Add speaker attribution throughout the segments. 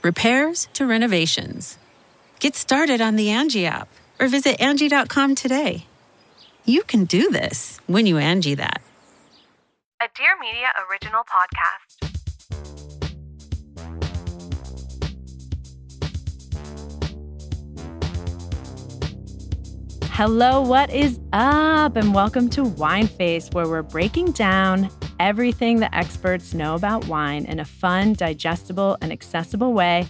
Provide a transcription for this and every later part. Speaker 1: repairs to renovations. Get started on the Angie app or visit Angie.com today. You can do this when you Angie that.
Speaker 2: A Dear Media original podcast.
Speaker 3: Hello, what is up? And welcome to Wineface, where we're breaking down everything the experts know about wine in a fun, digestible, and accessible way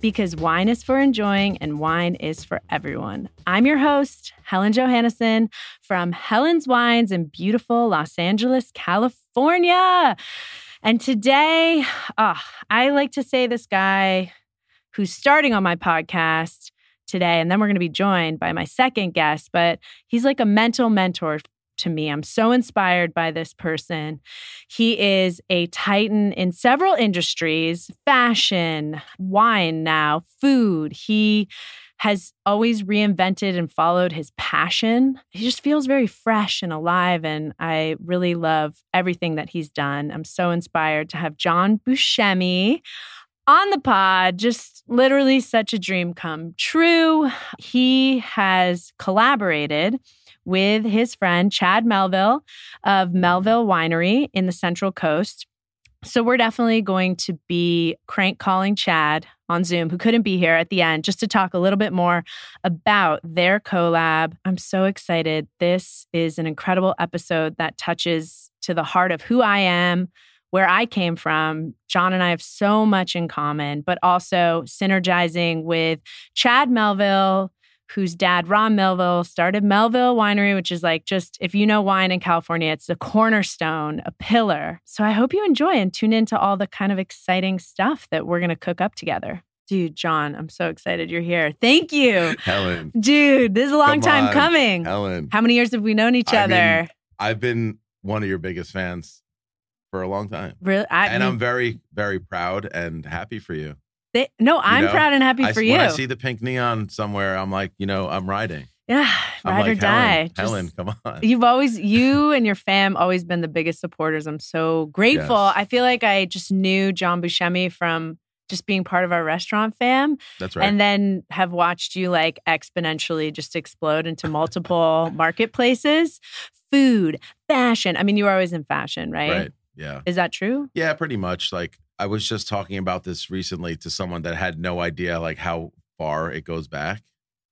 Speaker 3: because wine is for enjoying and wine is for everyone. I'm your host, Helen Johannesson from Helen's Wines in beautiful Los Angeles, California. And today, oh, I like to say this guy who's starting on my podcast today, and then we're going to be joined by my second guest, but he's like a mental mentor to me. I'm so inspired by this person. He is a titan in several industries fashion, wine now, food. He has always reinvented and followed his passion. He just feels very fresh and alive. And I really love everything that he's done. I'm so inspired to have John Buscemi on the pod, just literally such a dream come true. He has collaborated with his friend Chad Melville of Melville Winery in the Central Coast. So we're definitely going to be crank calling Chad on Zoom, who couldn't be here at the end, just to talk a little bit more about their collab. I'm so excited. This is an incredible episode that touches to the heart of who I am, where I came from. John and I have so much in common, but also synergizing with Chad Melville, whose dad, Ron Melville, started Melville Winery, which is like just, if you know wine in California, it's a cornerstone, a pillar. So I hope you enjoy and tune into all the kind of exciting stuff that we're going to cook up together. Dude, John, I'm so excited you're here. Thank you.
Speaker 4: Helen.
Speaker 3: Dude, this is a long
Speaker 4: come
Speaker 3: time
Speaker 4: on,
Speaker 3: coming.
Speaker 4: Helen.
Speaker 3: How many years have we known each
Speaker 4: I
Speaker 3: other?
Speaker 4: mean, I've been one of your biggest fans for a long time.
Speaker 3: really? I,
Speaker 4: and I'm very, very proud and happy for you.
Speaker 3: they- no, I'm
Speaker 4: know,
Speaker 3: proud and happy
Speaker 4: I,
Speaker 3: for
Speaker 4: when
Speaker 3: you.
Speaker 4: I see the pink neon somewhere, I'm like, you know, I'm riding.
Speaker 3: yeah,
Speaker 4: I'm
Speaker 3: ride or
Speaker 4: like,
Speaker 3: die.
Speaker 4: Helen,
Speaker 3: Just-
Speaker 4: Helen, come on.
Speaker 3: You've always you and your fam always been the biggest supporters. I'm so grateful.
Speaker 4: Yes.
Speaker 3: I feel like I just knew John Buscemi from just being part of our restaurant fam
Speaker 4: That's right.
Speaker 3: and then have watched you like exponentially just explode into multiple marketplaces. Food, fashion. I mean, you were always in fashion, right?
Speaker 4: right. Yeah.
Speaker 3: Is that true?
Speaker 4: Yeah, pretty much. Like I was just talking about this recently to someone that had no idea like how far it goes back.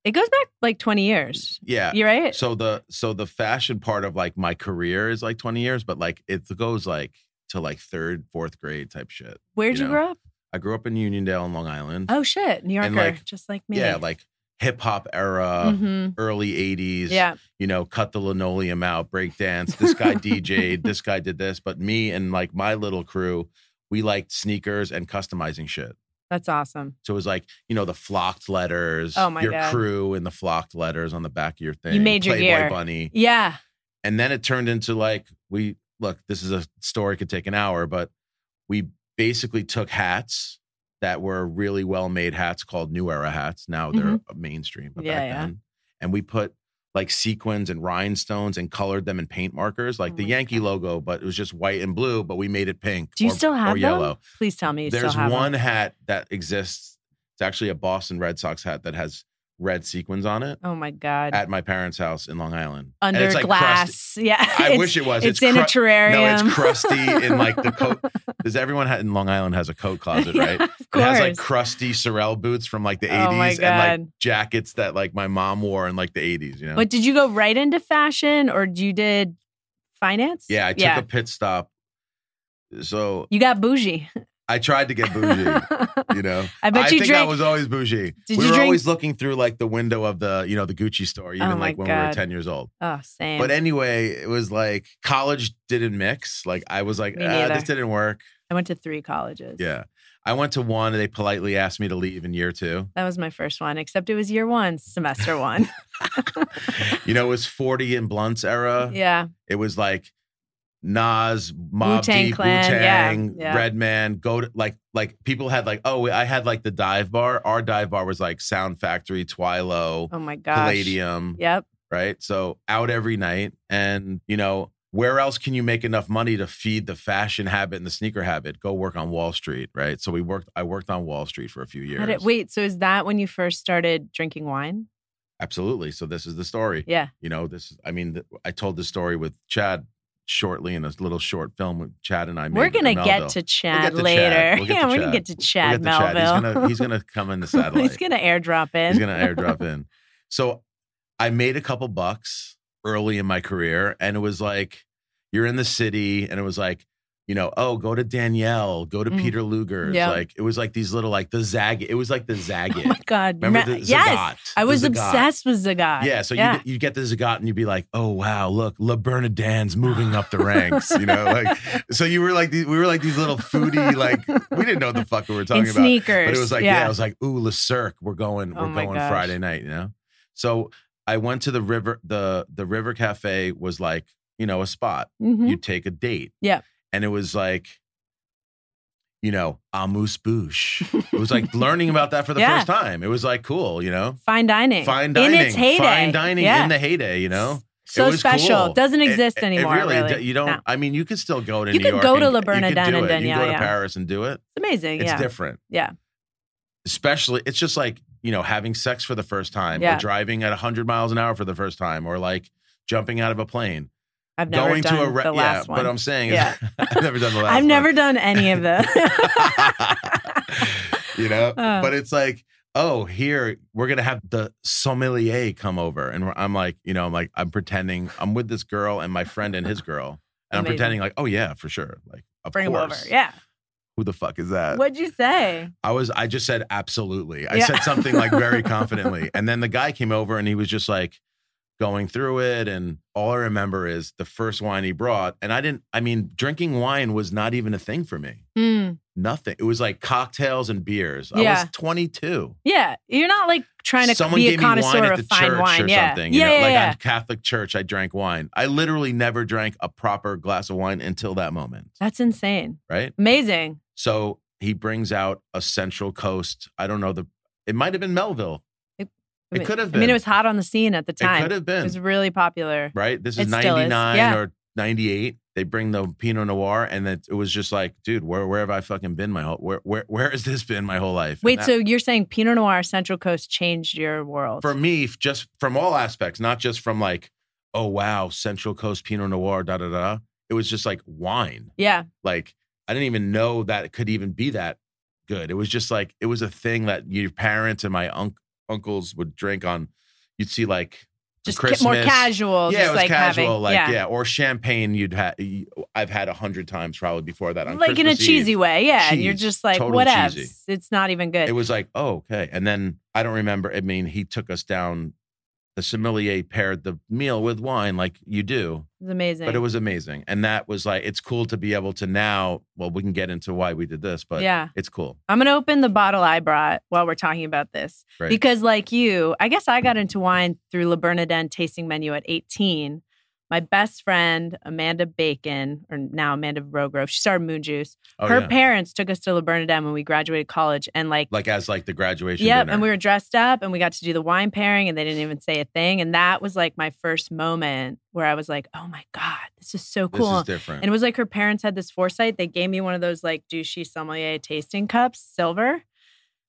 Speaker 3: It goes back like 20 years.
Speaker 4: Yeah.
Speaker 3: You're right.
Speaker 4: Uh, So the so the fashion part of like my career is like 20 years, but like it goes like to like third, fourth grade type shit.
Speaker 3: Where'd you,
Speaker 4: you know,
Speaker 3: grow up?
Speaker 4: I grew up in Uniondale in Long Island.
Speaker 3: Oh shit, New Yorker,
Speaker 4: and, like,
Speaker 3: just like me.
Speaker 4: yeah, like uh, hip hop era,
Speaker 3: Mhm.
Speaker 4: early 80s.
Speaker 3: yeah,
Speaker 4: You know, cut the linoleum out, break dance. This guy DJ'd, this guy did this. But me and like my little crew, we liked sneakers and customizing shit.
Speaker 3: that's awesome.
Speaker 4: So it was like, you know, the flocked letters,
Speaker 3: Oh my
Speaker 4: your
Speaker 3: God.
Speaker 4: crew and the flocked letters on the back of your thing.
Speaker 3: made your
Speaker 4: Playboy
Speaker 3: gear.
Speaker 4: bunny.
Speaker 3: Yeah,
Speaker 4: And then it turned into like, we look, this is a story could take an hour, but we basically took hats that were really well made hats called New Era hats. Now they're mainstream, but
Speaker 3: Mm-hmm. Yeah,
Speaker 4: back
Speaker 3: yeah.
Speaker 4: then. And we put like sequins and rhinestones and colored them in paint markers, like
Speaker 3: Oh
Speaker 4: the
Speaker 3: my
Speaker 4: Yankee logo, but it was just white and blue, but we made it pink.
Speaker 3: Do you
Speaker 4: or-
Speaker 3: still have
Speaker 4: or
Speaker 3: them?
Speaker 4: yellow?
Speaker 3: Please tell me you
Speaker 4: There's
Speaker 3: still have them.
Speaker 4: one hat that exists. It's actually a Boston Red Sox hat that has red sequins on it
Speaker 3: Oh my God.
Speaker 4: at my parents' house in Long Island. And
Speaker 3: Under
Speaker 4: it's like crusty.
Speaker 3: glass. Yeah.
Speaker 4: I
Speaker 3: it's,
Speaker 4: wish it was.
Speaker 3: It's, in a
Speaker 4: cru-
Speaker 3: terrarium.
Speaker 4: No, it's crusty in like the coat. Because everyone ha- in Long Island has a coat closet, right?
Speaker 3: Yeah, of
Speaker 4: It
Speaker 3: course.
Speaker 4: has like crusty Sorel boots from like the 80s
Speaker 3: Oh my
Speaker 4: and like
Speaker 3: God.
Speaker 4: jackets that like my mom wore in like the 80s, you know?
Speaker 3: but did you go right into fashion or you did finance?
Speaker 4: yeah, I took a pit stop. So
Speaker 3: you got bougie.
Speaker 4: I tried to get bougie, you know?
Speaker 3: I bet
Speaker 4: I
Speaker 3: you
Speaker 4: think I
Speaker 3: drank.
Speaker 4: was always bougie.
Speaker 3: Did
Speaker 4: we
Speaker 3: you
Speaker 4: were
Speaker 3: drink-
Speaker 4: always looking through like the window of the, you know, the Gucci store, even
Speaker 3: Oh my
Speaker 4: like when we were
Speaker 3: God.
Speaker 4: 10 years old.
Speaker 3: oh, same.
Speaker 4: But anyway, it was like college didn't mix. Like I was like,
Speaker 3: Me
Speaker 4: ah,
Speaker 3: neither.
Speaker 4: this didn't work.
Speaker 3: I went to three colleges.
Speaker 4: Yeah. I went to one and they politely asked me to leave in year two.
Speaker 3: That was my first one, except it was year one, semester one.
Speaker 4: You know, it was 40 and Blunt's era.
Speaker 3: yeah.
Speaker 4: It was like Nas, Mob
Speaker 3: Wu-Tang
Speaker 4: Deep, Wu
Speaker 3: Clan, yeah,
Speaker 4: Tang,
Speaker 3: yeah.
Speaker 4: Redman, go to like like people had like, oh, I had like the dive bar. Our dive bar was like Sound Factory, Twilo,
Speaker 3: Oh my gosh.
Speaker 4: Palladium,
Speaker 3: Yep.
Speaker 4: right? So out every night. And you know, where else can you make enough money to feed the fashion habit and the sneaker habit? Go work on Wall Street, right? So we worked I worked on Wall Street for a few
Speaker 3: How
Speaker 4: years.
Speaker 3: did- wait, so is that when you first started drinking wine?
Speaker 4: Absolutely. So this is the story.
Speaker 3: Yeah.
Speaker 4: You know, this. I mean, th- I told the story with Chad shortly in a little short film with Chad and I. made
Speaker 3: We're
Speaker 4: in
Speaker 3: gonna
Speaker 4: Melville.
Speaker 3: get to Chad
Speaker 4: to Chad.
Speaker 3: later.
Speaker 4: We'll get
Speaker 3: yeah,
Speaker 4: to
Speaker 3: we're gonna get
Speaker 4: Chad.
Speaker 3: to
Speaker 4: We'll
Speaker 3: Chad
Speaker 4: get to Chad.
Speaker 3: Melville.
Speaker 4: He's gonna he's gonna come in the satellite.
Speaker 3: He's gonna airdrop in.
Speaker 4: He's gonna airdrop in. So I made a couple bucks early in my career, and it was like you're in the city, and it was like. You know, oh, go to Danielle, go to
Speaker 3: Mm.
Speaker 4: Peter Luger. It's
Speaker 3: Yeah.
Speaker 4: Like it was like these little like the Zag. It was like the
Speaker 3: Oh
Speaker 4: Zagat.
Speaker 3: my god.
Speaker 4: Remember
Speaker 3: Ma-
Speaker 4: the Zagat?
Speaker 3: yes. I
Speaker 4: The
Speaker 3: was
Speaker 4: Zagat.
Speaker 3: obsessed with Zagat.
Speaker 4: Yeah, so
Speaker 3: yeah.
Speaker 4: You, you get the Zagat and you'd be like, oh wow, look, La Bernadan's moving up the ranks, you know, like so you were like these, we were like these little foodie like we didn't know what the fuck we were
Speaker 3: in
Speaker 4: talking about,
Speaker 3: sneakers.
Speaker 4: but it was like yeah.
Speaker 3: yeah.
Speaker 4: I was like ooh La Cirque, we're going
Speaker 3: Oh
Speaker 4: we're
Speaker 3: my
Speaker 4: going
Speaker 3: gosh.
Speaker 4: Friday night, you know. So I went to the river the the River Cafe was like you know a spot
Speaker 3: Mhm.
Speaker 4: you'd take a date,
Speaker 3: Yeah.
Speaker 4: and it was like. You know, amuse bouche. It was like learning about that for the
Speaker 3: Yeah.
Speaker 4: first time. It was like cool, you know?
Speaker 3: Fine dining.
Speaker 4: Fine dining.
Speaker 3: In its heyday.
Speaker 4: Fine dining
Speaker 3: yeah.
Speaker 4: in the heyday, you know?
Speaker 3: so
Speaker 4: It was
Speaker 3: special.
Speaker 4: cool.
Speaker 3: Doesn't
Speaker 4: It-
Speaker 3: exist
Speaker 4: it
Speaker 3: anymore.
Speaker 4: really,
Speaker 3: really.
Speaker 4: d- you don't.
Speaker 3: No.
Speaker 4: I mean, you could still go to
Speaker 3: You
Speaker 4: New
Speaker 3: could
Speaker 4: York.
Speaker 3: go to
Speaker 4: and-
Speaker 3: La
Speaker 4: you could
Speaker 3: Bernardin
Speaker 4: do
Speaker 3: and
Speaker 4: it. You
Speaker 3: Danielle,
Speaker 4: go to
Speaker 3: yeah.
Speaker 4: Paris and do it.
Speaker 3: It's amazing.
Speaker 4: It's
Speaker 3: yeah.
Speaker 4: different.
Speaker 3: Yeah.
Speaker 4: Especially, it's just like you know having sex for the first time,
Speaker 3: Yeah.
Speaker 4: or driving at hundred miles an hour for the first time, or like jumping out of a plane,
Speaker 3: I've never
Speaker 4: going
Speaker 3: done
Speaker 4: to a re-
Speaker 3: the last
Speaker 4: yeah.
Speaker 3: one.
Speaker 4: But I'm saying, is-
Speaker 3: Yeah.
Speaker 4: I've never done the last.
Speaker 3: I've
Speaker 4: one.
Speaker 3: never done any of those.
Speaker 4: you know,
Speaker 3: Uh.
Speaker 4: but it's like, oh, here we're gonna have the sommelier come over, and we're- I'm like, you know, I'm like, I'm pretending I'm with this girl and my friend and his girl, and I'm
Speaker 3: Amazing.
Speaker 4: pretending like, oh yeah, for sure, like, of
Speaker 3: Bring them over.
Speaker 4: course. Uh,
Speaker 3: Yeah.
Speaker 4: Who the fuck is that?
Speaker 3: What'd you say?
Speaker 4: I was, I just said absolutely. I
Speaker 3: Yeah.
Speaker 4: said something like very confidently, and then the guy came over and he was just like going through it and all i remember is the first wine he brought and i didn't i mean drinking wine was not even a thing for me
Speaker 3: Hmm.
Speaker 4: nothing. It was like cocktails and beers. I
Speaker 3: Yeah.
Speaker 4: was 22.
Speaker 3: Yeah. You're not like trying to
Speaker 4: Someone
Speaker 3: be a
Speaker 4: gave me
Speaker 3: connoisseur
Speaker 4: wine at the
Speaker 3: of fine
Speaker 4: church
Speaker 3: wine.
Speaker 4: or
Speaker 3: yeah.
Speaker 4: something. you
Speaker 3: yeah.
Speaker 4: know,
Speaker 3: yeah.
Speaker 4: like
Speaker 3: yeah.
Speaker 4: on Catholic church, I drank wine. I literally never drank a proper glass of wine until that moment.
Speaker 3: That's insane.
Speaker 4: Right.
Speaker 3: Amazing.
Speaker 4: So he brings out a Central Coast. I don't know the. It might have been Melville.
Speaker 3: It-
Speaker 4: It could have
Speaker 3: I mean,
Speaker 4: been.
Speaker 3: it was hot on the scene at the
Speaker 4: It
Speaker 3: time.
Speaker 4: could have been
Speaker 3: was really popular.
Speaker 4: right. This
Speaker 3: it
Speaker 4: is
Speaker 3: still is,
Speaker 4: 99
Speaker 3: yeah.
Speaker 4: or 98. They bring the Pinot Noir, and it, it was just like, dude, where where have I fucking been my whole where where where has this been my whole life? And
Speaker 3: Wait,
Speaker 4: that-
Speaker 3: so you're saying Pinot Noir Central Coast changed your world?
Speaker 4: for me, f- just from all aspects, not just from like, oh wow, Central Coast Pinot Noir, da da da. It was just like wine.
Speaker 3: yeah.
Speaker 4: Like I didn't even know that it could even be that good. It was just like it was a thing that your parents and my unc uncles would drink on. You'd see like on
Speaker 3: Just ca- more
Speaker 4: Christmas.
Speaker 3: casual.
Speaker 4: Yeah,
Speaker 3: just
Speaker 4: it was
Speaker 3: like
Speaker 4: casual.
Speaker 3: having,
Speaker 4: like yeah. or champagne. You'd had. I've had a hundred times probably before that. On
Speaker 3: like in a
Speaker 4: Christmas Eve.
Speaker 3: cheesy way. Yeah. and you're
Speaker 4: Cheese.
Speaker 3: just like,
Speaker 4: Total
Speaker 3: whatever.
Speaker 4: cheesy.
Speaker 3: It's not even good.
Speaker 4: It was like, oh, okay. And then I don't remember. I mean, he took us down. The sommelier paired the meal with wine, like you do,
Speaker 3: It was amazing.
Speaker 4: but it was amazing. And that was like, it's cool to be able to now. Well, we can get into why we did this, but
Speaker 3: yeah.
Speaker 4: it's cool.
Speaker 3: I'm gonna open the bottle I brought while we're talking about this
Speaker 4: Right.
Speaker 3: because, like you, I guess I got into wine through La Bernardin tasting menu at 18. My best friend Amanda Bacon, or now Amanda Rogrove, she started Moon Juice.
Speaker 4: Oh,
Speaker 3: Her
Speaker 4: yeah.
Speaker 3: parents took us to La Bernardin when we graduated college, and like,
Speaker 4: like as like the graduation.
Speaker 3: yep,
Speaker 4: dinner.
Speaker 3: and we were dressed up, and we got to do the wine pairing, and they didn't even say a thing, and that was like my first moment where I was like, oh my god, this is so
Speaker 4: This
Speaker 3: cool.
Speaker 4: is different.
Speaker 3: And it was like her parents had this foresight. They gave me one of those like douchey sommelier tasting cups, silver.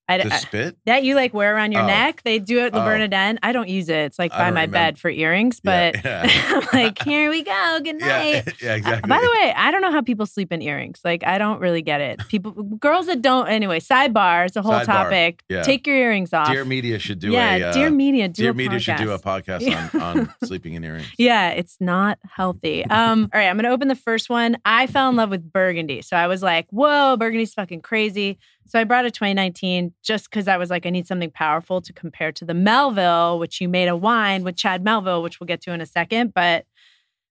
Speaker 3: I,
Speaker 4: The
Speaker 3: I-
Speaker 4: spit?
Speaker 3: that you like wear around your
Speaker 4: Oh.
Speaker 3: neck. They do it at La
Speaker 4: Oh.
Speaker 3: Bernardin. I don't use it. It's like
Speaker 4: I
Speaker 3: by
Speaker 4: don't
Speaker 3: my bed
Speaker 4: remember.
Speaker 3: for earrings,
Speaker 4: Yeah,
Speaker 3: but
Speaker 4: yeah.
Speaker 3: I'm like, here we go. Good night.
Speaker 4: yeah, yeah,
Speaker 3: Uh,
Speaker 4: exactly.
Speaker 3: By the way, I don't know how people sleep in earrings. Like, I don't really get it. People, girls that don't. Anyway, sidebar. It's a whole
Speaker 4: Sidebar.
Speaker 3: topic.
Speaker 4: Yeah.
Speaker 3: Take your earrings off.
Speaker 4: Dear Media should do
Speaker 3: yeah,
Speaker 4: a uh,
Speaker 3: dear media. Do
Speaker 4: Dear
Speaker 3: a
Speaker 4: Media should do a
Speaker 3: podcast.
Speaker 4: podcast on, on sleeping in earrings.
Speaker 3: Yeah, it's not healthy. Um, all right, I'm gonna open the first one. I fell in love with burgundy. So I was like, whoa, burgundy's fucking crazy. So I brought a 2019 just because I was like, I need something powerful to compare to the Melville, which you made a wine with Chad Melville, which we'll get to in a second. But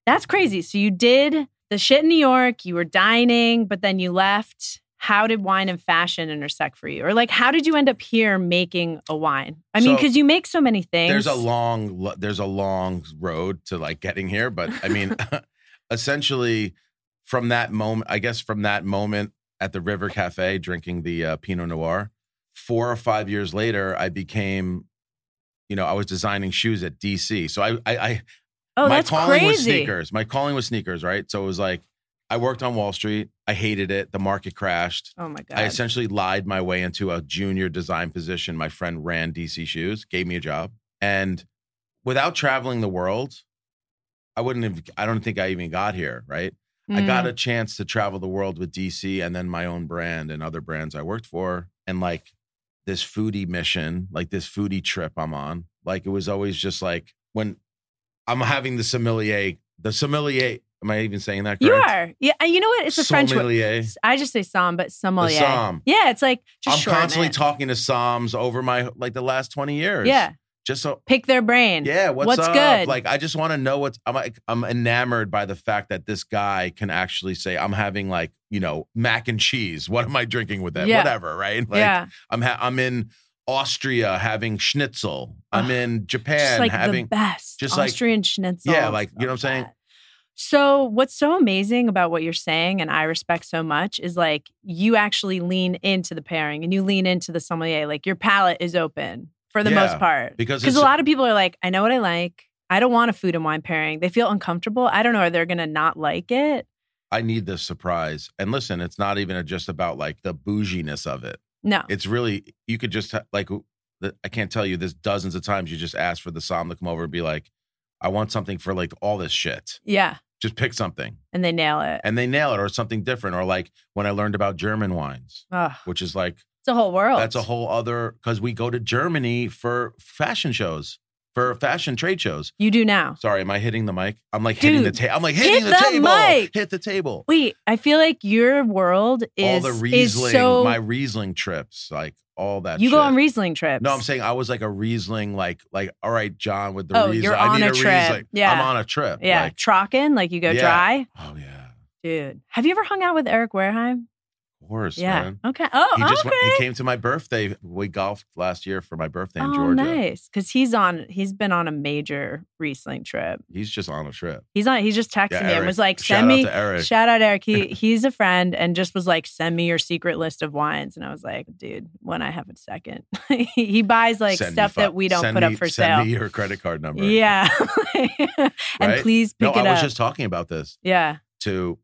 Speaker 3: that's crazy. So you did the shit in New York, you were dining, but then you left. How did wine and fashion intersect for you? Or like how did you end up here making a wine? I mean,
Speaker 4: So,
Speaker 3: because you make so many things.
Speaker 4: There's a long lo- there's a long road to like getting here, but I mean, essentially, from that moment, I guess from that moment at the River Cafe drinking the uh, Pinot Noir, four or five years later, I became, you know, I was designing shoes at DC. So I I, I
Speaker 3: Oh,
Speaker 4: my
Speaker 3: that's
Speaker 4: calling
Speaker 3: crazy.
Speaker 4: was sneakers. My calling was sneakers, right? So it was like I worked on Wall Street. I hated it. The market crashed.
Speaker 3: Oh my god.
Speaker 4: I essentially lied my way into a junior design position. My friend ran DC Shoes, gave me a job, and without traveling the world, I wouldn't have. I don't think I even got here. Right? I
Speaker 3: Mm.
Speaker 4: got a chance to travel the world with DC, and then my own brand and other brands I worked for, and like this foodie mission, like this foodie trip I'm on. Like it was always just like when I'm having the sommelier, the sommelier. Am I even saying that? Correct?
Speaker 3: You are. Yeah. And you know what? It's a French word.
Speaker 4: sommelier.
Speaker 3: I just say sommelier. but sommelier.
Speaker 4: somm.
Speaker 3: Yeah. It's like just
Speaker 4: I'm
Speaker 3: shorten
Speaker 4: constantly
Speaker 3: it.
Speaker 4: talking to Psalms over my like the last 20 years.
Speaker 3: Yeah.
Speaker 4: Just so
Speaker 3: Pick their brain.
Speaker 4: yeah, what's,
Speaker 3: What's
Speaker 4: up?
Speaker 3: good?
Speaker 4: Like I just want to know what's I'm like I'm enamored by the fact that this guy can actually say I'm having like, you know, mac and cheese. What am I drinking with that?
Speaker 3: Yeah.
Speaker 4: Whatever, right? Like
Speaker 3: yeah.
Speaker 4: I'm ha- I'm in Austria having schnitzel. I'm
Speaker 3: Ugh.
Speaker 4: in
Speaker 3: Just
Speaker 4: Japan
Speaker 3: like
Speaker 4: having
Speaker 3: the best.
Speaker 4: just like-
Speaker 3: Austrian schnitzel.
Speaker 4: Yeah, like, you know what I'm saying?
Speaker 3: So what's so amazing about what you're saying and I respect so much is like you actually lean into the pairing and you lean into the sommelier. Like your palate is open for the
Speaker 4: Yeah,
Speaker 3: most part.
Speaker 4: because
Speaker 3: Because a
Speaker 4: it's-
Speaker 3: lot of people are like, I know what I like. I don't want a food and wine pairing. They feel uncomfortable. I don't know. Are they going to not like it?
Speaker 4: I need this surprise. And listen, it's not even just about like the bouginess of it.
Speaker 3: No.
Speaker 4: it's really you could just ha- like the- I can't tell you this dozens of times you just ask for the som to come over and be like, I want something for like all this shit.
Speaker 3: yeah.
Speaker 4: Just pick something,
Speaker 3: And they nail it.
Speaker 4: and they nail it, or something different, or like when I learned about German wines,
Speaker 3: Oh,
Speaker 4: which is like
Speaker 3: it's a whole world.
Speaker 4: that's a whole other because we go to Germany for fashion shows, for fashion trade shows.
Speaker 3: You do now.
Speaker 4: Sorry, am I hitting the mic? I'm like hitting the
Speaker 3: Dude,
Speaker 4: table. I'm like
Speaker 3: hit
Speaker 4: hitting the,
Speaker 3: the
Speaker 4: table.
Speaker 3: mic.
Speaker 4: Hit the table.
Speaker 3: Wait, I feel like your world
Speaker 4: all
Speaker 3: is
Speaker 4: the
Speaker 3: is
Speaker 4: Riesling,
Speaker 3: so.
Speaker 4: my Riesling trips, like all that.
Speaker 3: you go
Speaker 4: shit.
Speaker 3: on Riesling trips.
Speaker 4: No, I'm saying I was like a Riesling, like like all right, John with the
Speaker 3: Oh,
Speaker 4: Riesling.
Speaker 3: you're
Speaker 4: I
Speaker 3: on
Speaker 4: need
Speaker 3: a
Speaker 4: a,
Speaker 3: trip.
Speaker 4: Riesling.
Speaker 3: Yeah.
Speaker 4: I'm on a trip.
Speaker 3: yeah,
Speaker 4: Like,
Speaker 3: Trockin, like you go
Speaker 4: Yeah.
Speaker 3: dry,
Speaker 4: oh yeah.
Speaker 3: dude. Have you ever hung out with Eric Wareheim?
Speaker 4: Of course,
Speaker 3: yeah.
Speaker 4: man.
Speaker 3: Okay. Oh,
Speaker 4: He just
Speaker 3: okay.
Speaker 4: went, he came to my birthday. We golfed last year for my birthday in
Speaker 3: oh,
Speaker 4: Georgia.
Speaker 3: nice. Because he's on. He's been on a major Riesling trip.
Speaker 4: He's just on a trip.
Speaker 3: He's on. He just texted
Speaker 4: Yeah,
Speaker 3: me and
Speaker 4: Eric.
Speaker 3: was like,
Speaker 4: Shout
Speaker 3: "Send me."
Speaker 4: out to Eric.
Speaker 3: Shout out Eric. He he's a friend and just was like, "Send me your secret list of wines." And I was like, "Dude, when I have a second, he, he buys like
Speaker 4: Send me
Speaker 3: stuff
Speaker 4: fi-
Speaker 3: that we don't
Speaker 4: send
Speaker 3: put
Speaker 4: me-
Speaker 3: up for
Speaker 4: send
Speaker 3: sale."
Speaker 4: me your credit card number.
Speaker 3: Yeah. and
Speaker 4: Right?
Speaker 3: please
Speaker 4: No,
Speaker 3: pick it
Speaker 4: I was
Speaker 3: up.
Speaker 4: just talking about this
Speaker 3: yeah.
Speaker 4: to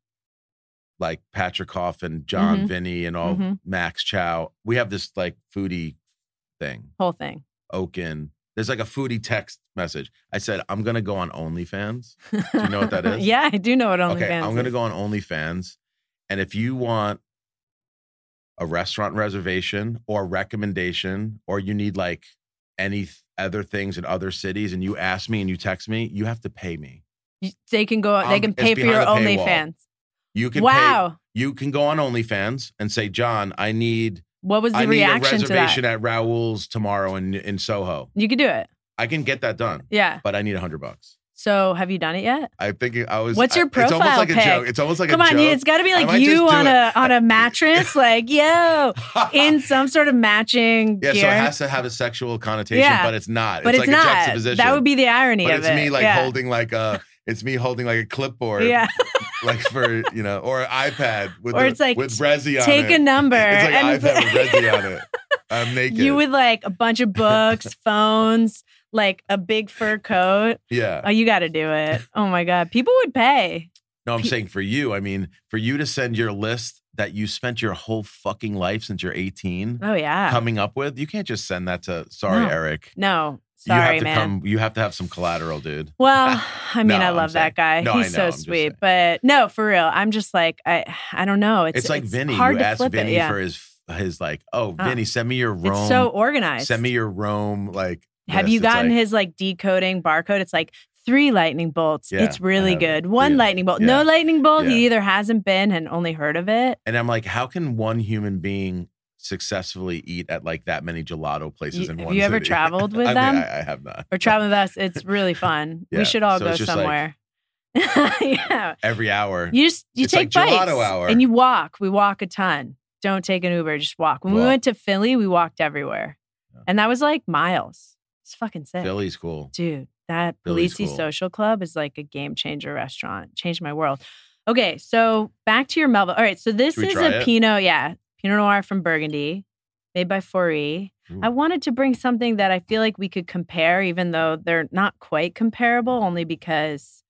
Speaker 4: like Patrick Hoff and John
Speaker 3: Mhm.
Speaker 4: Vinny and all
Speaker 3: Mhm.
Speaker 4: Max Chow. We have this like foodie thing.
Speaker 3: Whole thing.
Speaker 4: Oaken. There's like a foodie text message. I said, I'm gonna go on OnlyFans. you know what that is?
Speaker 3: yeah, I do know what OnlyFans
Speaker 4: okay, I'm gonna
Speaker 3: is.
Speaker 4: go on OnlyFans. And if you want a restaurant reservation or recommendation, or you need like any th- other things in other cities, and you ask me and you text me, you have to pay me.
Speaker 3: You- They can go. They
Speaker 4: I'm-
Speaker 3: can
Speaker 4: it's
Speaker 3: pay for
Speaker 4: behind
Speaker 3: your
Speaker 4: the paywall.
Speaker 3: OnlyFans.
Speaker 4: You can
Speaker 3: Wow.
Speaker 4: pay, you can go on OnlyFans and say, John, I need
Speaker 3: What was the
Speaker 4: I need a
Speaker 3: reaction to
Speaker 4: reservation
Speaker 3: that?
Speaker 4: at Raoul's tomorrow in in Soho.
Speaker 3: You could do it.
Speaker 4: I can get that done,
Speaker 3: Yeah.
Speaker 4: but I need a hundred bucks.
Speaker 3: So have you done it yet?
Speaker 4: I think it- I was.
Speaker 3: What's your
Speaker 4: I- It's
Speaker 3: profile
Speaker 4: almost like
Speaker 3: pic?
Speaker 4: a joke. It's almost like
Speaker 3: Come
Speaker 4: a
Speaker 3: on,
Speaker 4: joke.
Speaker 3: it's got to be
Speaker 4: I
Speaker 3: like
Speaker 4: might just
Speaker 3: you
Speaker 4: do
Speaker 3: on
Speaker 4: it.
Speaker 3: a on a mattress, like yo, in some sort of matching
Speaker 4: yeah,
Speaker 3: gear.
Speaker 4: so it has to have a sexual connotation,
Speaker 3: Yeah.
Speaker 4: but it's not.
Speaker 3: but
Speaker 4: it's,
Speaker 3: it's,
Speaker 4: like a
Speaker 3: not.
Speaker 4: juxtaposition.
Speaker 3: That would be the irony
Speaker 4: But
Speaker 3: of
Speaker 4: it's
Speaker 3: it.
Speaker 4: me like
Speaker 3: yeah.
Speaker 4: holding like a. It's me holding like a clipboard,
Speaker 3: Yeah.
Speaker 4: like for you know, or an iPad with
Speaker 3: Or
Speaker 4: the-
Speaker 3: it's like,
Speaker 4: with Resi on
Speaker 3: Take
Speaker 4: it.
Speaker 3: a number.
Speaker 4: It's like
Speaker 3: and
Speaker 4: an
Speaker 3: it's
Speaker 4: iPad
Speaker 3: like-
Speaker 4: with Resi on it. I'm naked.
Speaker 3: You with like a bunch of books, phones, like a big fur coat.
Speaker 4: yeah.
Speaker 3: Oh, you got to do it. Oh my God. People would pay.
Speaker 4: No, I'm saying for you. I mean, for you to send your list that you spent your whole fucking life since you're 18
Speaker 3: Oh yeah.
Speaker 4: coming up with, you can't just send that to sorry,
Speaker 3: No.
Speaker 4: Eric.
Speaker 3: no, sorry,
Speaker 4: you have to
Speaker 3: man.
Speaker 4: come you have to have some collateral, dude.
Speaker 3: Well, I mean,
Speaker 4: No,
Speaker 3: I
Speaker 4: I'm
Speaker 3: love that
Speaker 4: saying-
Speaker 3: guy.
Speaker 4: No, I
Speaker 3: He's
Speaker 4: know,
Speaker 3: so
Speaker 4: I'm just saying.
Speaker 3: sweet, but no, for real. I'm just like I, I don't know. It's,
Speaker 4: It's, like Vinny.
Speaker 3: Hard
Speaker 4: You
Speaker 3: to
Speaker 4: asked
Speaker 3: flip
Speaker 4: Vinny
Speaker 3: it. Yeah.
Speaker 4: for his his like, oh,
Speaker 3: Ah.
Speaker 4: Vinny, send me your Rome.
Speaker 3: it's so organized.
Speaker 4: send me your Rome. Like,
Speaker 3: Have
Speaker 4: list.
Speaker 3: you
Speaker 4: It's
Speaker 3: gotten
Speaker 4: like-
Speaker 3: his like decoding barcode? It's like three lightning bolts.
Speaker 4: Yeah,
Speaker 3: it's
Speaker 4: I
Speaker 3: really
Speaker 4: have it.
Speaker 3: good. One
Speaker 4: Yeah.
Speaker 3: lightning bolt.
Speaker 4: Yeah.
Speaker 3: No lightning bolt.
Speaker 4: Yeah.
Speaker 3: He either hasn't been and only heard of it.
Speaker 4: And I'm like, how can one human being successfully eat at like that many gelato places
Speaker 3: You-
Speaker 4: in
Speaker 3: have
Speaker 4: one
Speaker 3: you ever
Speaker 4: city?
Speaker 3: traveled with
Speaker 4: I mean,
Speaker 3: them?
Speaker 4: I, I have not.
Speaker 3: Or travel with us. It's really fun.
Speaker 4: Yeah,
Speaker 3: We should all
Speaker 4: so
Speaker 3: go
Speaker 4: it's just like-
Speaker 3: somewhere. yeah.
Speaker 4: Every hour.
Speaker 3: You just you
Speaker 4: It's
Speaker 3: take
Speaker 4: like
Speaker 3: bikes
Speaker 4: gelato hour.
Speaker 3: and you walk. We walk a ton. Don't take an Uber. Just walk. When we
Speaker 4: Walk.
Speaker 3: went to Philly, we walked everywhere,
Speaker 4: Yeah.
Speaker 3: and that was like miles. It's fucking sick,
Speaker 4: Philly's cool.
Speaker 3: dude. That
Speaker 4: Philly's
Speaker 3: Polisi
Speaker 4: cool.
Speaker 3: Social Club is like a game changer restaurant. Changed my world. Okay, so back to your Melville. All right, so this
Speaker 4: Should we
Speaker 3: is
Speaker 4: try
Speaker 3: a
Speaker 4: it?
Speaker 3: Pinot, yeah, Pinot Noir from Burgundy, made by Forey.
Speaker 4: Ooh.
Speaker 3: I wanted to bring something that I feel like we could compare, even though they're not quite comparable, only because,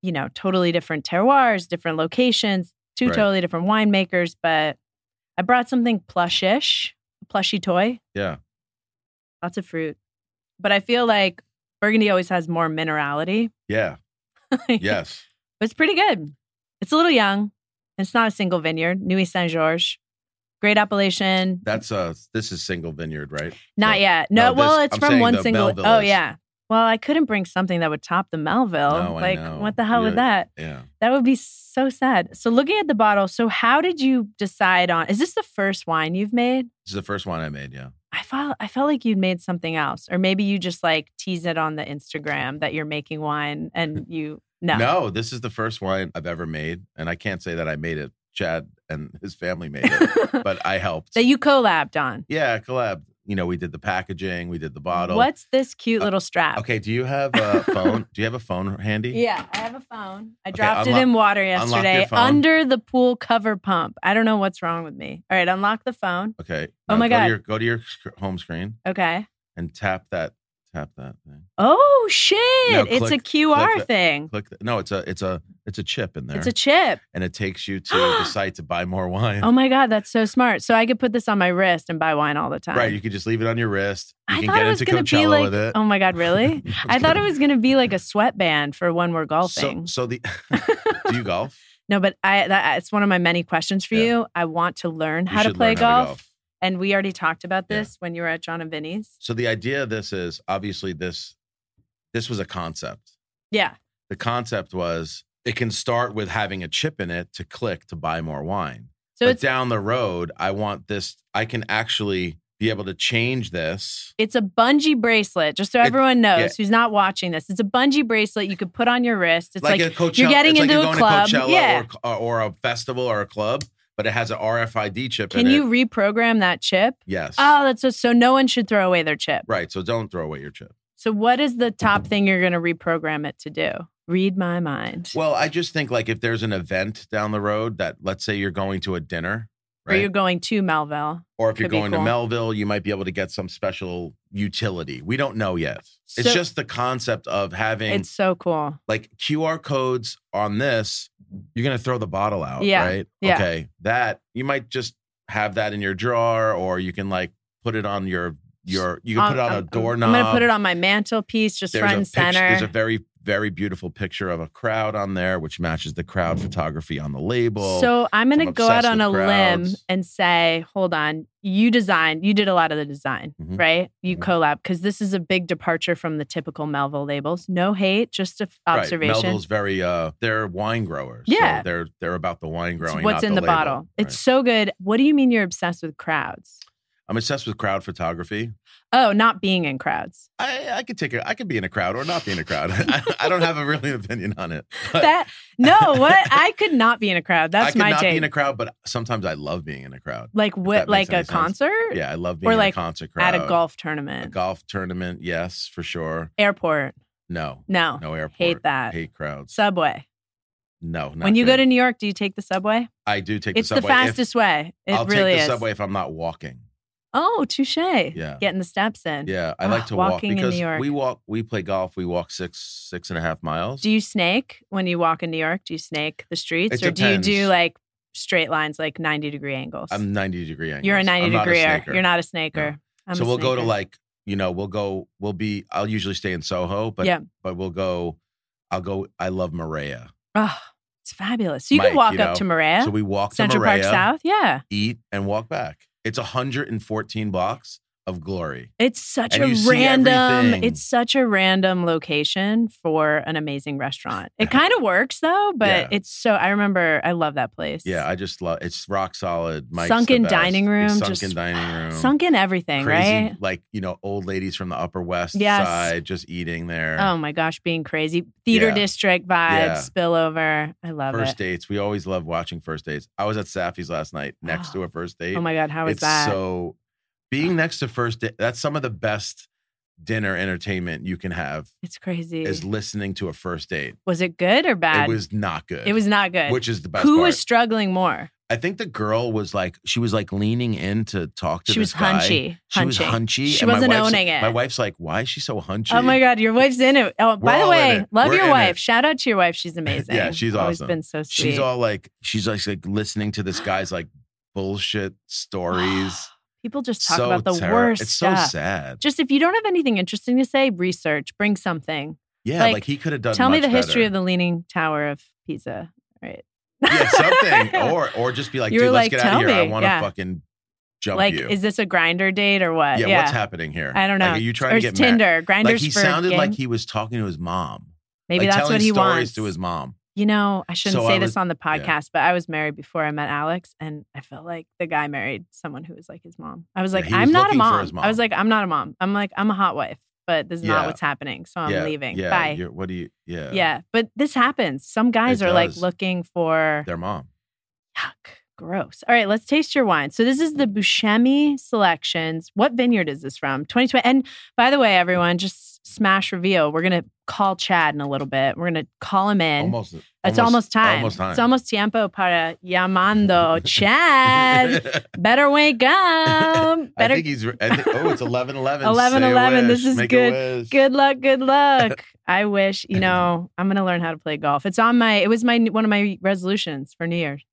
Speaker 3: you know, totally different terroirs, different locations, two
Speaker 4: Right.
Speaker 3: totally different winemakers. But I brought something plushish, a plushy toy,
Speaker 4: Yeah.
Speaker 3: lots of fruit. But I feel like Burgundy always has more minerality.
Speaker 4: Yeah. Yes.
Speaker 3: But it's pretty good. It's a little young. It's not a single vineyard. Nuit Saint Georges, great appellation.
Speaker 4: That's uh this is single vineyard, right?
Speaker 3: not
Speaker 4: no.
Speaker 3: yet. No,
Speaker 4: No,
Speaker 3: well,
Speaker 4: this-
Speaker 3: it's
Speaker 4: I'm
Speaker 3: from
Speaker 4: saying
Speaker 3: one
Speaker 4: the
Speaker 3: single.
Speaker 4: Melville
Speaker 3: oh
Speaker 4: is.
Speaker 3: yeah. Well, I couldn't bring something that would top the Melville.
Speaker 4: No, I
Speaker 3: like,
Speaker 4: know.
Speaker 3: what the hell
Speaker 4: Yeah.
Speaker 3: with that?
Speaker 4: Yeah.
Speaker 3: That would be so sad. So, looking at the bottle, so how did you decide on? Is this the first wine you've made?
Speaker 4: This is the first one I made, yeah.
Speaker 3: I felt I felt like you'd made something else, or maybe you just like tease it on the Instagram that you're making wine, and you no,
Speaker 4: this is the first wine I've ever made. And I can't say that I made it. Chad and his family made it, but I helped.
Speaker 3: that you collabed on.
Speaker 4: yeah, collab. You know, we did the packaging, we did the bottle.
Speaker 3: What's this cute
Speaker 4: Uh,
Speaker 3: little strap?
Speaker 4: Okay, do you have a phone? do you have a phone handy?
Speaker 3: Yeah, I have a phone. I
Speaker 4: Okay,
Speaker 3: dropped it
Speaker 4: unlock-
Speaker 3: in water
Speaker 4: unlock your
Speaker 3: yesterday
Speaker 4: phone.
Speaker 3: under the pool cover pump. I don't know what's wrong with me. All right, unlock the phone.
Speaker 4: Okay.
Speaker 3: Oh
Speaker 4: now
Speaker 3: my
Speaker 4: go
Speaker 3: God.
Speaker 4: To your, go to your sc- home screen
Speaker 3: Okay.
Speaker 4: and tap that. Tap that thing.
Speaker 3: Oh shit!
Speaker 4: Now
Speaker 3: it's a
Speaker 4: click-
Speaker 3: QR
Speaker 4: click the-
Speaker 3: thing.
Speaker 4: Click. The, no, it's a it's a it's a chip in there,
Speaker 3: It's a chip.
Speaker 4: and it takes you to the site to buy more wine.
Speaker 3: Oh my god, that's so smart. So I could put this on my wrist and buy wine all the time.
Speaker 4: right. You could just leave it on your wrist. You
Speaker 3: I
Speaker 4: can
Speaker 3: thought
Speaker 4: get
Speaker 3: it was
Speaker 4: into
Speaker 3: gonna
Speaker 4: Coachella
Speaker 3: be like.
Speaker 4: with it.
Speaker 3: Oh my god, really?
Speaker 4: I'm
Speaker 3: I thought it
Speaker 4: kidding.
Speaker 3: was gonna be like a sweatband for when we're golfing.
Speaker 4: So, so the do you golf?
Speaker 3: no, but I that, it's one of my many questions for
Speaker 4: Yeah.
Speaker 3: you. I want to learn
Speaker 4: You
Speaker 3: how to
Speaker 4: should
Speaker 3: play
Speaker 4: learn how to
Speaker 3: golf, and we already talked about
Speaker 4: Yeah.
Speaker 3: this when you were at John and Vinny's.
Speaker 4: So the idea of this is obviously this this was a concept.
Speaker 3: Yeah,
Speaker 4: The concept was it can start with having a chip in it to click to buy more wine.
Speaker 3: so
Speaker 4: but
Speaker 3: it's
Speaker 4: down the road, I want this. I can actually be able to change this.
Speaker 3: It's a bungee bracelet, just so
Speaker 4: It-
Speaker 3: everyone knows
Speaker 4: yeah.
Speaker 3: who's not watching this. It's a bungee bracelet you could put on your wrist. It's like,
Speaker 4: a Coachella,
Speaker 3: you're getting
Speaker 4: it's
Speaker 3: into
Speaker 4: like
Speaker 3: a
Speaker 4: you're going
Speaker 3: club,
Speaker 4: to Coachella
Speaker 3: yeah.
Speaker 4: or, uh, or a festival or a club, but it has an RFID chip
Speaker 3: can
Speaker 4: in
Speaker 3: you
Speaker 4: it.
Speaker 3: reprogram that chip?
Speaker 4: Yes.
Speaker 3: Oh, that's so, so no one should throw away their chip.
Speaker 4: right. So don't throw away your chip.
Speaker 3: So, what is the top thing you're going to reprogram it to do? Read my mind.
Speaker 4: Well, I just think like if there's an event down the road that let's say you're going to a dinner,
Speaker 3: Or you're
Speaker 4: right?
Speaker 3: going to Melville.
Speaker 4: Or if you're
Speaker 3: could be
Speaker 4: going
Speaker 3: cool.
Speaker 4: to Melville, you might be able to get some special utility. We don't know yet.
Speaker 3: So-
Speaker 4: it's just the concept of having
Speaker 3: It's so cool.
Speaker 4: like QR codes on this, you're gonna throw the bottle out,
Speaker 3: Yeah.
Speaker 4: right?
Speaker 3: Yeah.
Speaker 4: Okay, that you might just have that in your drawer, or you can like put it on your your you can
Speaker 3: Um,
Speaker 4: put it on
Speaker 3: I'm-
Speaker 4: a
Speaker 3: I'm-
Speaker 4: doorknob.
Speaker 3: I'm going to put it on my mantelpiece, just front and
Speaker 4: a pict- there's a
Speaker 3: center.
Speaker 4: very very beautiful picture of a crowd on there, which matches the crowd photography on the label.
Speaker 3: So, I'm going to
Speaker 4: I'm
Speaker 3: go out
Speaker 4: obsessed
Speaker 3: on
Speaker 4: with
Speaker 3: a limb
Speaker 4: crowds.
Speaker 3: and say, hold on, you designed, you did a lot of the design.
Speaker 4: Mhm.
Speaker 3: right? You
Speaker 4: Mhm.
Speaker 3: collab because this is a big departure from the typical Melville labels. No hate, just a f-
Speaker 4: Right,
Speaker 3: observation.
Speaker 4: Melville's very uh, they're wine growers. so
Speaker 3: Yeah.
Speaker 4: they're they're about the wine
Speaker 3: It's
Speaker 4: growing.
Speaker 3: what's
Speaker 4: not
Speaker 3: in the,
Speaker 4: label.
Speaker 3: bottle? It's
Speaker 4: Right.
Speaker 3: so good. What do you mean you're obsessed with crowds?
Speaker 4: I'm obsessed with crowd photography.
Speaker 3: Oh, not being in crowds.
Speaker 4: I, I could take a I could be in a crowd or not be in a crowd. I, I don't have a really opinion on it. But
Speaker 3: That no, what I could not be in a crowd. That's
Speaker 4: I could
Speaker 3: my
Speaker 4: not
Speaker 3: take.
Speaker 4: be in a crowd, but sometimes I love being in a crowd.
Speaker 3: like
Speaker 4: that
Speaker 3: what?
Speaker 4: makes
Speaker 3: Like a
Speaker 4: any sense.
Speaker 3: concert?
Speaker 4: Yeah, I love being
Speaker 3: like,
Speaker 4: in a concert crowd.
Speaker 3: At a golf
Speaker 4: a
Speaker 3: tournament,
Speaker 4: golf tournament, yes, for sure.
Speaker 3: airport.
Speaker 4: No.
Speaker 3: No,
Speaker 4: No airport.
Speaker 3: hate that.
Speaker 4: Hate crowds.
Speaker 3: Subway.
Speaker 4: no, not
Speaker 3: when you
Speaker 4: good.
Speaker 3: go to New York, do you take the subway?
Speaker 4: I do take
Speaker 3: It's
Speaker 4: the
Speaker 3: the,
Speaker 4: subway. If-
Speaker 3: fastest way. It
Speaker 4: I'll
Speaker 3: really
Speaker 4: take the
Speaker 3: is.
Speaker 4: subway if I'm not walking.
Speaker 3: Oh, touche.
Speaker 4: Yeah.
Speaker 3: Getting the steps in.
Speaker 4: Yeah, I
Speaker 3: Ah,
Speaker 4: like to walk
Speaker 3: walking in New
Speaker 4: because
Speaker 3: York.
Speaker 4: we walk. We play golf. We walk six six and a half miles.
Speaker 3: Do you snake when you walk in New York? Do you snake the streets,
Speaker 4: It
Speaker 3: or do you do
Speaker 4: depends.
Speaker 3: like straight lines, like 90 degree angles.
Speaker 4: I'm 90 degree angles.
Speaker 3: You're a 90
Speaker 4: I'm not
Speaker 3: degree.
Speaker 4: snaker.
Speaker 3: You're not a snaker. I'm
Speaker 4: so
Speaker 3: a
Speaker 4: we'll go to
Speaker 3: snaker.
Speaker 4: like you know we'll go we'll be I'll usually stay in Soho, but
Speaker 3: Yeah.
Speaker 4: but we'll go. I'll go. I love Maria.
Speaker 3: Oh, it's fabulous. So you
Speaker 4: Mike,
Speaker 3: can walk
Speaker 4: you know,
Speaker 3: up to Maria,
Speaker 4: So we walk
Speaker 3: Central
Speaker 4: to Maria,
Speaker 3: Park South. Yeah.
Speaker 4: eat, and walk back. It's 114 blocks of glory.
Speaker 3: It's such
Speaker 4: And you
Speaker 3: a
Speaker 4: see
Speaker 3: random
Speaker 4: everything.
Speaker 3: it's such a random location for an amazing restaurant. It kind of works though, but
Speaker 4: Yeah.
Speaker 3: it's so I remember I love that place.
Speaker 4: Yeah, I just love. It's rock solid. Mike's the
Speaker 3: sunken
Speaker 4: best.
Speaker 3: dining room,
Speaker 4: Sunken
Speaker 3: just
Speaker 4: dining room.
Speaker 3: sunken everything,
Speaker 4: crazy,
Speaker 3: right?
Speaker 4: Like you know, old ladies from the Upper West
Speaker 3: Yes.
Speaker 4: Side just eating there.
Speaker 3: Oh my gosh, being crazy theater
Speaker 4: Yeah.
Speaker 3: district
Speaker 4: Yeah.
Speaker 3: vibes, spillover. I love
Speaker 4: first
Speaker 3: it.
Speaker 4: dates. We always love watching first dates. I was at Safi's last night next to a first date.
Speaker 3: Oh my god, how is
Speaker 4: it's
Speaker 3: that?
Speaker 4: so being next to first date. That's some of the best dinner entertainment you can have
Speaker 3: it's crazy.
Speaker 4: is listening to a first date.
Speaker 3: was it good or bad?
Speaker 4: It was not good.
Speaker 3: It was not good.
Speaker 4: which is the best
Speaker 3: Who
Speaker 4: part.
Speaker 3: was struggling more?
Speaker 4: I think the girl was like she was like leaning in to talk to
Speaker 3: She was
Speaker 4: this guy.
Speaker 3: hunchy.
Speaker 4: She was
Speaker 3: Hunchy.
Speaker 4: hunchy.
Speaker 3: She
Speaker 4: and my
Speaker 3: wasn't
Speaker 4: wife's-
Speaker 3: owning it.
Speaker 4: My wife's like, why is she so hunchy?
Speaker 3: Oh my God, your wife's in it. Oh, by the
Speaker 4: We're all in
Speaker 3: way,
Speaker 4: it.
Speaker 3: love
Speaker 4: We're
Speaker 3: your
Speaker 4: in
Speaker 3: wife.
Speaker 4: it.
Speaker 3: Shout out to your wife. She's amazing.
Speaker 4: Yeah, she's
Speaker 3: Always
Speaker 4: awesome.
Speaker 3: been so sweet.
Speaker 4: She's all like, she's like, like listening to this guy's like bullshit stories.
Speaker 3: People just talk
Speaker 4: so
Speaker 3: about the
Speaker 4: terri-
Speaker 3: worst
Speaker 4: It's
Speaker 3: stuff.
Speaker 4: so sad.
Speaker 3: Just if you don't have anything interesting to say, research, bring something.
Speaker 4: Yeah,
Speaker 3: like,
Speaker 4: like, he could have done.
Speaker 3: Tell me the
Speaker 4: much
Speaker 3: history
Speaker 4: better.
Speaker 3: of the Leaning Tower of Pisa. Right.
Speaker 4: yeah, something, or or just be like,
Speaker 3: You
Speaker 4: dude,
Speaker 3: were
Speaker 4: let's
Speaker 3: like,
Speaker 4: get out of
Speaker 3: tell
Speaker 4: here. I
Speaker 3: me.
Speaker 4: want to
Speaker 3: Yeah.
Speaker 4: fucking jump
Speaker 3: like,
Speaker 4: you.
Speaker 3: is this a grinder date or what?
Speaker 4: yeah, what's happening here?
Speaker 3: I don't know.
Speaker 4: Like, are you trying
Speaker 3: or
Speaker 4: to get mar-
Speaker 3: Tinder, grinders
Speaker 4: Like he
Speaker 3: for
Speaker 4: sounded
Speaker 3: gay-
Speaker 4: like he was talking to his mom.
Speaker 3: Maybe
Speaker 4: like,
Speaker 3: that's
Speaker 4: telling
Speaker 3: what he
Speaker 4: stories
Speaker 3: wants.
Speaker 4: to his mom.
Speaker 3: You know, I shouldn't
Speaker 4: So
Speaker 3: say
Speaker 4: I
Speaker 3: this
Speaker 4: was-
Speaker 3: on the
Speaker 4: yeah.
Speaker 3: podcast, but I was married before I met Alex, and I felt like the guy married someone who was like his mom. I was
Speaker 4: Yeah,
Speaker 3: like,
Speaker 4: he was
Speaker 3: I'm not a
Speaker 4: looking for
Speaker 3: mom.
Speaker 4: his
Speaker 3: I was
Speaker 4: mom.
Speaker 3: like, I'm not a mom. I'm like, I'm a hot wife, but this is not
Speaker 4: Yeah.
Speaker 3: what's happening. So I'm
Speaker 4: yeah,
Speaker 3: leaving.
Speaker 4: Yeah,
Speaker 3: Bye.
Speaker 4: you're- what do you? Yeah,
Speaker 3: yeah. but this happens. Some guys
Speaker 4: It
Speaker 3: are like
Speaker 4: does.
Speaker 3: looking for
Speaker 4: their mom.
Speaker 3: yuck, gross. All right, let's taste your wine. So this is the Buscemi selections. What vineyard is this from? 2020. And by the way, everyone, just smash reveal. We're gonna call Chad in a little bit. We're gonna call him in.
Speaker 4: almost,
Speaker 3: It's almost, time.
Speaker 4: Almost time.
Speaker 3: It's almost tiempo para llamando Chad. Better wake up.
Speaker 4: I
Speaker 3: Better
Speaker 4: think he's. I think, oh, it's 11 11.
Speaker 3: 11, 11. This is
Speaker 4: good.
Speaker 3: good luck. Good luck. I wish you know. I'm gonna learn how to play golf. It's on my. It was my one of my resolutions for New Year's.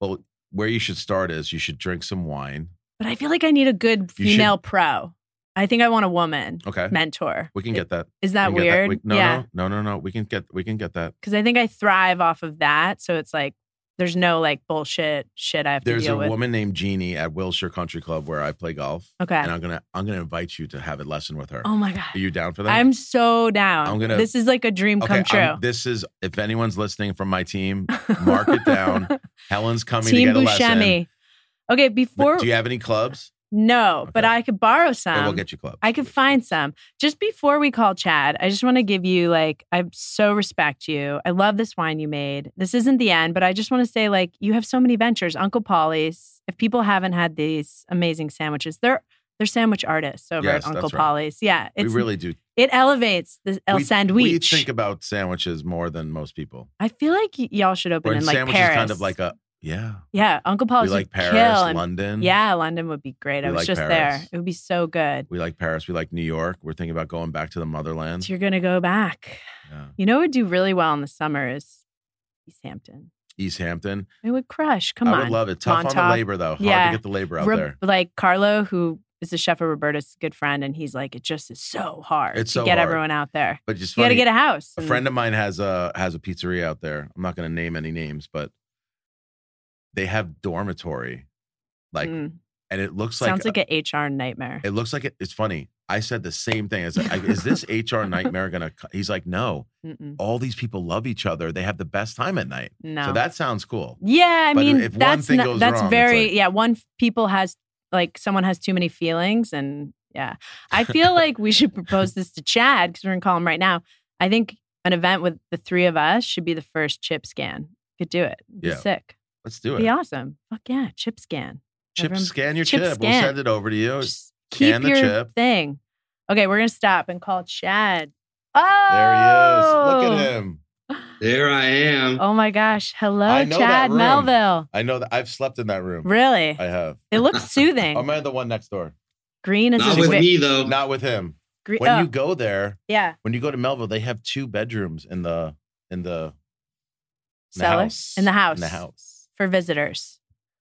Speaker 4: Well, where you should start is you should drink some wine.
Speaker 3: But I feel like I need a good
Speaker 4: You should-
Speaker 3: female pro. I think I want a woman
Speaker 4: Okay.
Speaker 3: mentor.
Speaker 4: We can get that.
Speaker 3: Is that
Speaker 4: We can get
Speaker 3: weird?
Speaker 4: We- no,
Speaker 3: yeah.
Speaker 4: no, no, no, no. We can get we can get that.
Speaker 3: Because I think I thrive off of that. So it's like there's no like bullshit shit I have
Speaker 4: There's
Speaker 3: to
Speaker 4: a
Speaker 3: deal with.
Speaker 4: woman named Jeannie at Wilshire Country Club where I play golf,
Speaker 3: okay.
Speaker 4: and I'm gonna I'm gonna invite you to have a lesson with her.
Speaker 3: Oh my god.
Speaker 4: Are you down for that?
Speaker 3: I'm so down.
Speaker 4: I'm gonna-
Speaker 3: this is like a dream come true.
Speaker 4: I'm- this is if anyone's listening from my team, mark it down. Helen's coming
Speaker 3: Team
Speaker 4: to get a lesson.
Speaker 3: Buscemi. Okay,
Speaker 4: But
Speaker 3: before
Speaker 4: Do you have any clubs?
Speaker 3: no, but
Speaker 4: Okay.
Speaker 3: I could borrow
Speaker 4: Or
Speaker 3: some.
Speaker 4: we'll get you clubs.
Speaker 3: Um, I could find some. Just before we call Chad, I just want to give you like I so respect you. I love this wine you made. This isn't the end, but I just want to say like you have so many ventures. Uncle Polly's. If people haven't had these amazing sandwiches, they're they're sandwich artists over
Speaker 4: Yes,
Speaker 3: at Uncle
Speaker 4: that's right.
Speaker 3: Polly's. Yeah,
Speaker 4: We really do.
Speaker 3: it elevates the El
Speaker 4: we,
Speaker 3: Sandwich.
Speaker 4: We think about sandwiches more than most people.
Speaker 3: I feel like y- y'all should open
Speaker 4: Whereas
Speaker 3: in like
Speaker 4: sandwiches
Speaker 3: Paris.
Speaker 4: kind of like a yeah.
Speaker 3: Yeah, Uncle Paul's
Speaker 4: we like
Speaker 3: would
Speaker 4: Paris,
Speaker 3: kill. and-
Speaker 4: London.
Speaker 3: yeah, London would be great. I
Speaker 4: We
Speaker 3: was
Speaker 4: like
Speaker 3: just
Speaker 4: Paris.
Speaker 3: there. It would be so good.
Speaker 4: We like Paris. We like New York. We're thinking about going back to the motherland.
Speaker 3: So you're gonna go back.
Speaker 4: Yeah.
Speaker 3: You know, what would do really well in the summer is East Hampton.
Speaker 4: East Hampton.
Speaker 3: It would crush. Come
Speaker 4: I
Speaker 3: on,
Speaker 4: would love it. Tough on
Speaker 3: Montauk.
Speaker 4: the labor though. Hard
Speaker 3: Yeah.
Speaker 4: to get the labor out
Speaker 3: Rob-
Speaker 4: there.
Speaker 3: Like Carlo, who is the chef of Roberta's good friend, and he's like, it just is so hard
Speaker 4: It's
Speaker 3: to
Speaker 4: so
Speaker 3: get
Speaker 4: hard.
Speaker 3: everyone out there.
Speaker 4: But just
Speaker 3: You got to
Speaker 4: funny,
Speaker 3: get a house.
Speaker 4: a
Speaker 3: and-
Speaker 4: friend of mine has a has a pizzeria out there. I'm not going to name any names, but they have dormitory, like,
Speaker 3: Mm.
Speaker 4: and it looks like,
Speaker 3: sounds like an HR nightmare.
Speaker 4: it looks like it, it's funny. I said the same thing. It's like, I- is this HR nightmare gonna? co- He's like, no.
Speaker 3: Mm-mm.
Speaker 4: All these people love each other. They have the best time at night.
Speaker 3: No.
Speaker 4: So that sounds cool.
Speaker 3: Yeah, I
Speaker 4: But
Speaker 3: mean
Speaker 4: if one
Speaker 3: that's
Speaker 4: thing
Speaker 3: not,
Speaker 4: goes
Speaker 3: that's
Speaker 4: wrong, it's
Speaker 3: very
Speaker 4: like-
Speaker 3: yeah. One f- people has like someone has too many feelings, and yeah, I feel like we should propose this to Chad because we're gonna call him right now. I think an event with the three of us should be the first chip scan. Could do it. It'd Be
Speaker 4: Yeah,
Speaker 3: sick.
Speaker 4: Let's do it.
Speaker 3: Be awesome. Fuck yeah, chip scan.
Speaker 4: Chip,
Speaker 3: Everyone-
Speaker 4: scan your
Speaker 3: chip
Speaker 4: chip.
Speaker 3: scan.
Speaker 4: We'll send it over to you.
Speaker 3: Just keep
Speaker 4: scan the
Speaker 3: your
Speaker 4: chip.
Speaker 3: thing. Okay, we're gonna stop and call Chad. Oh,
Speaker 4: There he is. Look at him.
Speaker 5: There I am.
Speaker 3: Oh my gosh. Hello,
Speaker 4: I know that
Speaker 3: Chad
Speaker 4: room.
Speaker 3: Melville.
Speaker 4: I know that I've slept in that room.
Speaker 3: Really?
Speaker 4: I have.
Speaker 3: it looks soothing.
Speaker 4: Oh man, the one next door.
Speaker 3: Green is
Speaker 5: Not
Speaker 3: a
Speaker 5: with
Speaker 3: fa-
Speaker 5: me though.
Speaker 4: Not with him.
Speaker 3: Gre-
Speaker 4: When
Speaker 3: oh,
Speaker 4: you go there,
Speaker 3: yeah.
Speaker 4: when you go to Melville, they have two bedrooms in the in the, in the
Speaker 3: Cellar
Speaker 4: house.
Speaker 3: in the house.
Speaker 4: In the house.
Speaker 3: for visitors.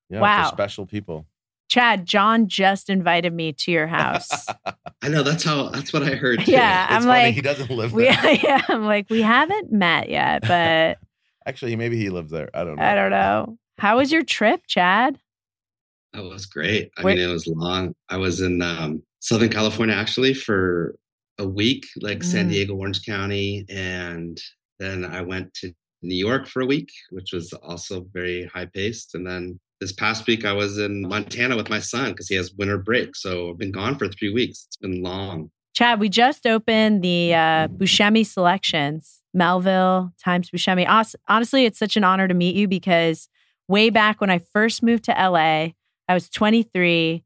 Speaker 4: Yeah,
Speaker 3: Wow.
Speaker 4: For special people.
Speaker 3: Chad, John just invited me to your house.
Speaker 5: I know that's how that's what I heard. too.
Speaker 3: Yeah,
Speaker 4: It's
Speaker 3: I'm
Speaker 4: funny,
Speaker 3: like,
Speaker 4: he doesn't live
Speaker 3: we,
Speaker 4: there.
Speaker 3: yeah, I'm like, we haven't met yet, but
Speaker 4: Actually, maybe he lives there. I don't know.
Speaker 3: I don't know. How was your trip, Chad?
Speaker 5: That was great. I
Speaker 3: Where-
Speaker 5: mean, it was long. I was in um, Southern California actually for a week, like San
Speaker 3: Mm.
Speaker 5: Diego, Orange County, and then I went to New York for a week, which was also very high paced. And then this past week, I was in Montana with my son because he has winter break. So I've been gone for three weeks. It's been long.
Speaker 3: Chad, we just opened the uh, Buscemi selections, Melville times Buscemi. Hos- Honestly, it's such an honor to meet you because way back when I first moved to LA, I was 23.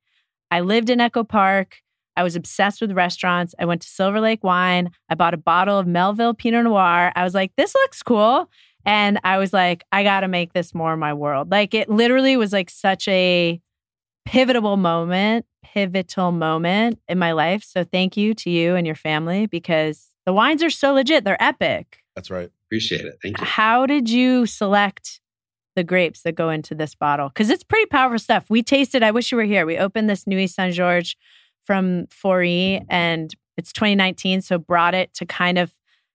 Speaker 3: I lived in Echo Park. I was obsessed with restaurants. I went to Silver Lake Wine. I bought a bottle of Melville Pinot Noir. I was like, this looks cool. And I was like, I got to make this more my world. Like, it literally was like such a pivotal moment, pivotal moment in my life. So thank you to you and your family because the wines are so legit. They're epic.
Speaker 4: That's right.
Speaker 5: Appreciate it. Thank you.
Speaker 3: How did you select the grapes that go into this bottle? Because it's pretty powerful stuff. We tasted, I wish you were here. We opened this Nuit Saint Georges from 4E and it's 2019. So brought it to kind of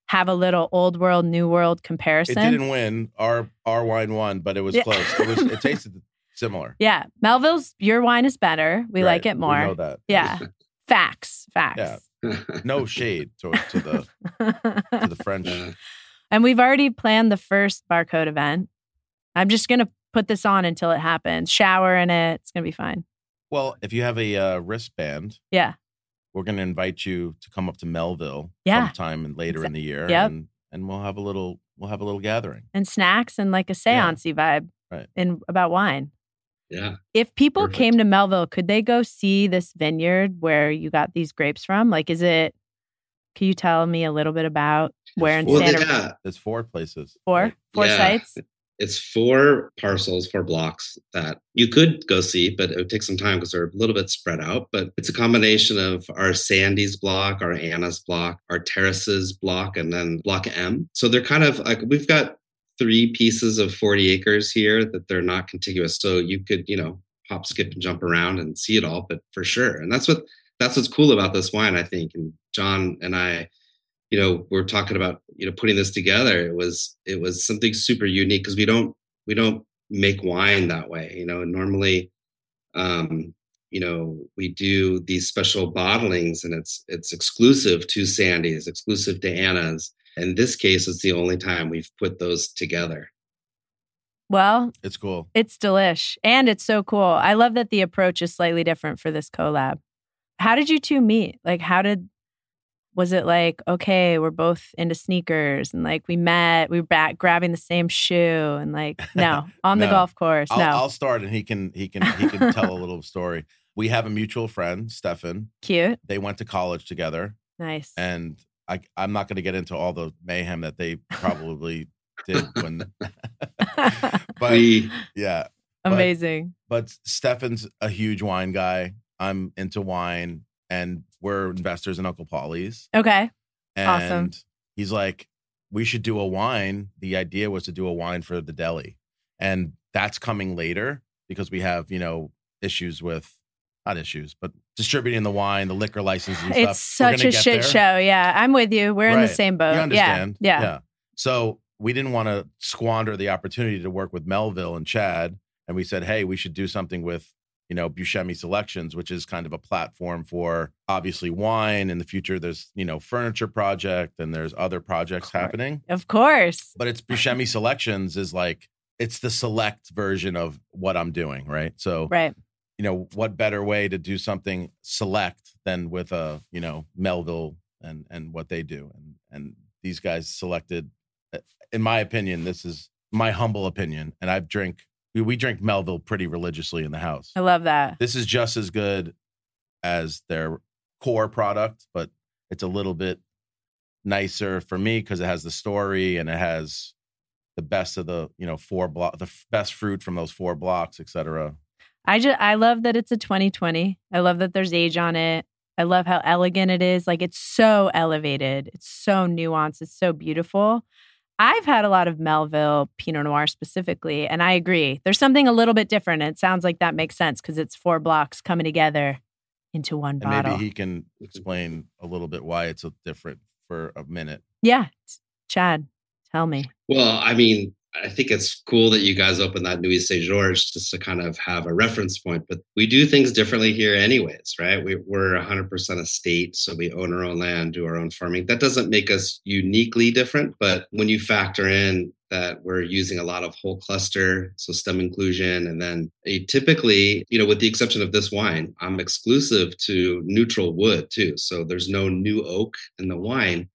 Speaker 3: have a little old world, new world
Speaker 4: It
Speaker 3: comparison.
Speaker 4: didn't win. Our our wine won, but it was
Speaker 3: Yeah.
Speaker 4: close. It was. It tasted similar.
Speaker 3: yeah. Melville's, your wine is better. We
Speaker 4: Right.
Speaker 3: like it
Speaker 4: We know
Speaker 3: more.
Speaker 4: that.
Speaker 3: Yeah. Facts. Facts.
Speaker 4: Yeah.
Speaker 3: Ah.
Speaker 4: No shade to, to the to the French.
Speaker 5: Yeah.
Speaker 3: and we've already planned the first barcode event. I'm just going to put this on until it happens. Shower in it. It's going to be fine.
Speaker 4: Well, if you have a uh, wristband,
Speaker 3: Yeah.
Speaker 4: we're going to invite you to come up to Melville
Speaker 3: Yeah.
Speaker 4: sometime and later in the year,
Speaker 3: Yep.
Speaker 4: and and we'll have a little we'll have a little gathering.
Speaker 3: And snacks and like a seancey vibe
Speaker 4: Right.
Speaker 3: in about wine.
Speaker 5: yeah.
Speaker 3: If people
Speaker 5: Perfect.
Speaker 3: came to Melville, could they go see this vineyard where you got these grapes from? Like, is it, can you tell me a little bit about where in
Speaker 5: Well,
Speaker 3: Santa
Speaker 5: yeah.
Speaker 4: There's four places.
Speaker 3: Four? Four
Speaker 5: Yeah.
Speaker 3: sites?
Speaker 5: it's four parcels, four blocks that you could go see, but it would take some time because they're a little bit spread out. But it's a combination of our Sandy's block, our Anna's block, our Terraces block, and then Block M. So they're kind of like we've got three pieces of 40 acres here that they're not contiguous. So you could, you know, hop, skip, and jump around and see it all, but for sure. And that's what that's what's cool about this wine, I think. And John and I, you know, we're talking about you know putting this together. It was it was something super unique because we don't we don't make wine that way. You know, normally, um, you know, we do these special bottlings, and it's it's exclusive to Sandy's, exclusive to Anna's. In this case, it's the only time we've put those together.
Speaker 3: Well,
Speaker 4: It's cool.
Speaker 3: It's delish and it's so cool. I love that the approach is slightly different for this collab. How did you two meet? Like, how did, was it like, okay, we're both into sneakers and like we met, we were back grabbing the same shoe and like, no, on the
Speaker 4: No.
Speaker 3: golf course,
Speaker 4: I'll,
Speaker 3: no,
Speaker 4: I'll start, and he can he can he can tell a little story. We have a mutual friend, Stefan.
Speaker 3: cute,
Speaker 4: They went to college together,
Speaker 3: nice.
Speaker 4: and I I'm not going to get into all the mayhem that they probably did when, but
Speaker 5: We
Speaker 4: yeah,
Speaker 3: Amazing.
Speaker 4: but Stefan's a huge wine guy. I'm into wine, and we're investors in Uncle Polly's.
Speaker 3: okay.
Speaker 4: And
Speaker 3: Awesome.
Speaker 4: he's like, we should do a wine. The idea was to do a wine for the deli, and that's coming later because we have you know issues with not issues, but distributing the wine, the liquor license, and
Speaker 3: It's
Speaker 4: stuff. We're
Speaker 3: such
Speaker 4: gonna
Speaker 3: a
Speaker 4: get
Speaker 3: shit
Speaker 4: there.
Speaker 3: show. Yeah. I'm with you. We're in the
Speaker 4: Right.
Speaker 3: same
Speaker 4: You
Speaker 3: boat. Uh, Yeah.
Speaker 4: understand?
Speaker 3: Yeah.
Speaker 4: So we didn't want to squander the opportunity to work with Melville and Chad, and we said, hey, we should do something with you know Buscemi Selections, which is kind of a platform for obviously wine. In the future, there's you know furniture project, and there's other projects
Speaker 3: Correct.
Speaker 4: happening.
Speaker 3: Of course.
Speaker 4: But it's Buscemi Selections is like it's the select version of what I'm doing, right? So
Speaker 3: Right.
Speaker 4: you know what better way to do something select than with a you know Melville and and what they do and and these guys selected uh, in my opinion this is my humble opinion and I drink we, we drink Melville pretty religiously in the house
Speaker 3: I love that.
Speaker 4: this is just as good as their core product but it's a little bit nicer for me cuz it has the story and it has the best of the you know four block the f- best fruit from those four blocks etc
Speaker 3: I just I love that it's a 2020. I love that there's age on it. I love how elegant it is. Like it's so elevated. It's so nuanced. It's so beautiful. I've had a lot of Melville Pinot Noir specifically, and I agree. There's something a little bit different. and It sounds like that makes sense because it's four blocks coming together into one
Speaker 4: And
Speaker 3: bottle.
Speaker 4: maybe he can
Speaker 5: Mm-hmm.
Speaker 4: explain a little bit why it's a different for a minute.
Speaker 3: yeah, Chad, tell me.
Speaker 5: Well, I mean, I think it's cool that you guys opened that Nuit Saint Georges just to kind of have a reference point, but we do things differently here, anyways, right? We, we're 100% a state, so we own our own land, do our own farming. That doesn't make us uniquely different, but when you factor in that we're using a lot of whole cluster, so stem inclusion, and then a typically, you know, with the exception of this wine, I'm exclusive to neutral wood too. So there's no new oak in the wine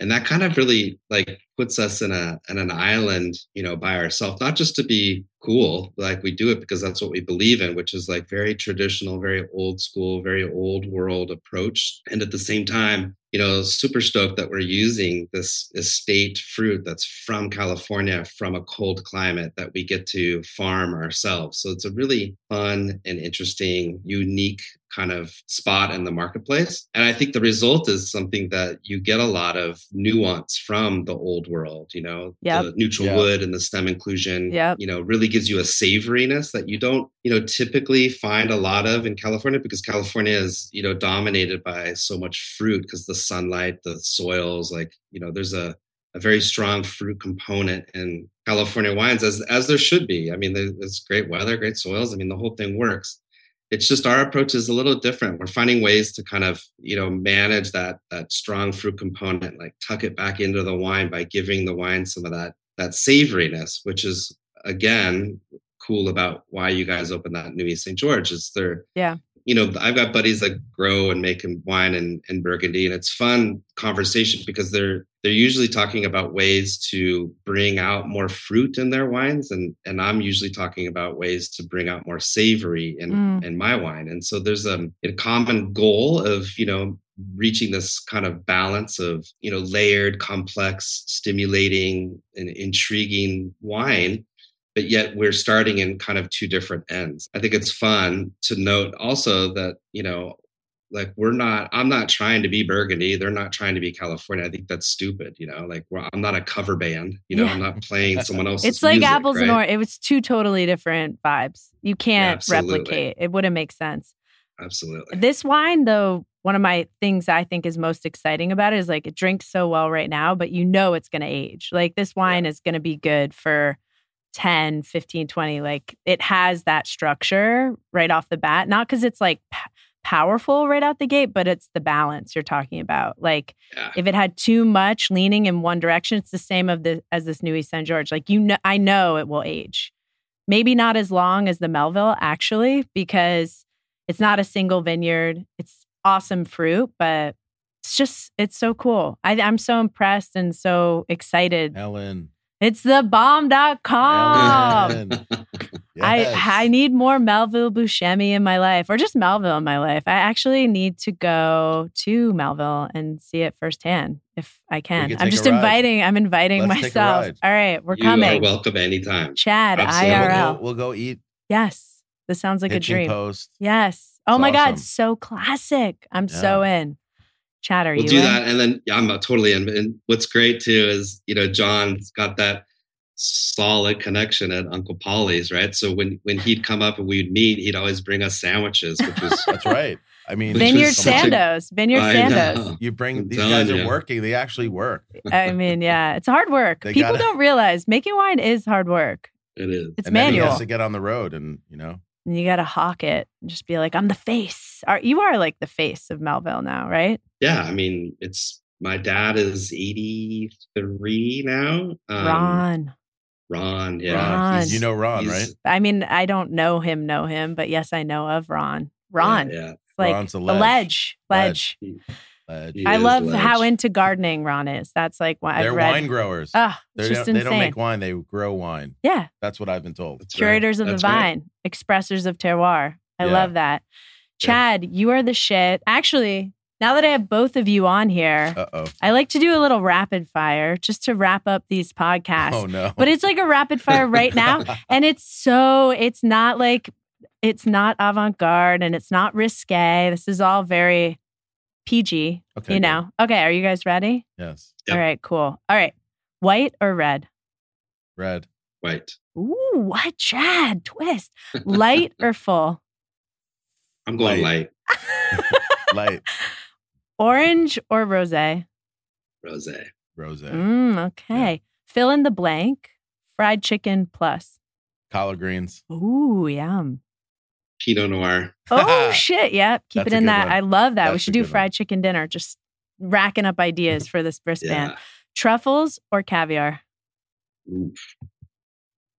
Speaker 5: and that kind of really like puts us in a in an island you know by ourselves not just to be cool like we do it because that's what we believe in which is like very traditional very old school very old world approach and at the same time you know super stoked that we're using this estate fruit that's from california from a cold climate that we get to farm ourselves so it's a really fun and interesting unique kind of spot in the marketplace. And I think the result is something that you get a lot of nuance from the old world, you know,
Speaker 3: Yep.
Speaker 5: the neutral
Speaker 4: Yeah.
Speaker 5: wood and the stem inclusion,
Speaker 3: Yep.
Speaker 5: you know, really gives you a savoriness that you don't, you know, typically find a lot of in California because California is, you know, dominated by so much fruit because the sunlight, the soils, like, you know, there's a a very strong fruit component in California wines, as as there should be. I mean, there- there's great weather, great soils. I mean, the whole thing works it's just our approach is a little different. We're finding ways to kind of, you know, manage that that strong fruit component, like tuck it back into the wine by giving the wine some of that that savoriness, which is again cool about why you guys opened that New East St. George. Is there
Speaker 3: Yeah.
Speaker 5: you know, I've got buddies that grow and make wine in, in Burgundy, and it's fun conversation because they're they're usually talking about ways to bring out more fruit in their wines, and and I'm usually talking about ways to bring out more savory in
Speaker 3: Mm.
Speaker 5: in my wine. And so there's um, a common goal of you know reaching this kind of balance of you know layered, complex, stimulating, and intriguing wine but yet we're starting in kind of two different ends. I think it's fun to note also that, you know, like we're not, I'm not trying to be Burgundy. They're not trying to be California. I think that's stupid. You know, like well, I'm not a cover band. You know, I'm not playing someone else's.
Speaker 3: It's like
Speaker 5: music,
Speaker 3: apples and
Speaker 5: right?
Speaker 3: oranges. It was two totally different vibes. You can't
Speaker 5: absolutely.
Speaker 3: replicate. It wouldn't make sense.
Speaker 5: Absolutely.
Speaker 3: This wine, though, one of my things I think is most exciting about it is like it drinks so well right now, but you know it's going to age. Like this wine is going to be good for 10, 15, 20. Like it has that structure right off the bat. Not because it's like p- powerful right out the gate, but it's the balance you're talking about. Like
Speaker 5: Yeah.
Speaker 3: if it had too much leaning in one direction, it's the same of the as this new East St. George. Like you know, I know it will age. Maybe not as long as the Melville actually, because it's not a single vineyard. It's awesome fruit, but it's just it's so cool. I, I'm so impressed and so excited.
Speaker 4: Ellen.
Speaker 3: It's the bomb.com.
Speaker 4: Ellen. Yes.
Speaker 3: I I need more Melville Buscemi in my life, or just Melville in my life. I actually need to go to Melville and see it firsthand if I can.
Speaker 4: can
Speaker 3: I'm
Speaker 4: take a
Speaker 3: just
Speaker 4: ride.
Speaker 3: inviting. I'm inviting
Speaker 4: Let's take a
Speaker 3: myself.
Speaker 4: ride.
Speaker 3: All right, we're
Speaker 5: you Are
Speaker 3: coming.
Speaker 5: welcome anytime.
Speaker 3: Chad
Speaker 5: Absolutely.
Speaker 4: We'll
Speaker 3: IRL.
Speaker 4: go, we'll go eat
Speaker 3: Yes, this sounds like
Speaker 4: Hitching
Speaker 3: a dream.
Speaker 4: post.
Speaker 3: Yes. Oh
Speaker 4: It's
Speaker 3: my
Speaker 4: awesome.
Speaker 3: God, so classic. I'm so in. Chad, are
Speaker 5: we'll
Speaker 3: you
Speaker 5: do
Speaker 3: in?
Speaker 5: that and then yeah, i'm uh, totally in and what's great too is you know john's got that solid connection at uncle polly's right so when when he'd come up and we'd meet he'd always bring us sandwiches which was
Speaker 4: That's right. I mean,
Speaker 5: Which
Speaker 3: Vineyard
Speaker 5: is something-
Speaker 3: Sandos. Vineyard
Speaker 5: I
Speaker 3: Sandos.
Speaker 5: know.
Speaker 4: You bring
Speaker 5: I'm
Speaker 4: these
Speaker 5: telling
Speaker 4: guys are
Speaker 5: you.
Speaker 4: working. They actually work.
Speaker 3: I mean, yeah, it's hard work.
Speaker 4: They
Speaker 3: People
Speaker 4: gotta-
Speaker 3: don't realize making wine is hard work.
Speaker 5: it is
Speaker 3: It's
Speaker 4: and then
Speaker 3: manual.
Speaker 4: he has to get on the road, and you know,
Speaker 3: and you got to hawk it and just be like, I'm the face. Are you are like the face of Melville now, right?
Speaker 5: yeah i mean it's my dad is 83 now
Speaker 4: Mm.
Speaker 5: um,
Speaker 3: Ron.
Speaker 5: ron yeah
Speaker 4: Ron,
Speaker 3: Ron.
Speaker 5: he's-
Speaker 4: you know Ron,
Speaker 5: he's-
Speaker 4: right?
Speaker 3: I mean, I don't know him, know him, but yes, I know of Ron.
Speaker 5: yeah,
Speaker 3: Ron.
Speaker 5: yeah,
Speaker 3: It's like
Speaker 4: Ron's a
Speaker 3: the
Speaker 4: ledge.
Speaker 3: ledge. Ledge.
Speaker 4: Uh,
Speaker 5: he
Speaker 3: I
Speaker 5: is
Speaker 3: love
Speaker 5: ledge.
Speaker 3: how into gardening Ron is. That's like what
Speaker 4: they're
Speaker 3: I've read.
Speaker 4: wine growers.
Speaker 3: Ah,
Speaker 4: They're-
Speaker 3: it's just
Speaker 4: they
Speaker 3: insane.
Speaker 4: don't make wine; they grow wine.
Speaker 3: yeah.
Speaker 4: That's what I've been told.
Speaker 5: That's right.
Speaker 3: curators of
Speaker 5: That's
Speaker 3: the
Speaker 5: right.
Speaker 3: vine, expressors of terroir. I
Speaker 4: Yeah.
Speaker 3: love that. Chad, you are the shit. Actually, now that I have both of you on here,
Speaker 4: Uh oh.
Speaker 3: I like to do a little rapid fire just to wrap up these podcasts.
Speaker 4: Oh no.
Speaker 3: But it's like a rapid fire right now. and it's so, it's not like, it's not avant garde and it's not risque. This is all very PG,
Speaker 4: Okay,
Speaker 3: you
Speaker 4: good.
Speaker 3: know? Okay, are you guys ready?
Speaker 4: Yes.
Speaker 5: Yep.
Speaker 3: All right, cool. All right. White or red?
Speaker 4: Red.
Speaker 5: White.
Speaker 3: Ooh, what, Chad? Twist. Light or full?
Speaker 5: I'm going
Speaker 4: Light.
Speaker 5: light,
Speaker 4: Light.
Speaker 3: Orange or rose?
Speaker 5: rose.
Speaker 4: Rose.
Speaker 3: Mm, okay. Fill in the blank. Fried chicken plus.
Speaker 4: Collard greens.
Speaker 3: Ooh, yum.
Speaker 5: Pinot Noir.
Speaker 3: Oh shit. Yep. Keep
Speaker 4: That's
Speaker 3: it
Speaker 4: a
Speaker 3: in
Speaker 4: good
Speaker 3: that.
Speaker 4: one.
Speaker 3: I love that. we
Speaker 4: That's a
Speaker 3: should do
Speaker 4: good one.
Speaker 3: fried chicken dinner. Just racking up ideas for this wristband.
Speaker 5: Yeah.
Speaker 3: Truffles or caviar?
Speaker 5: Ooh,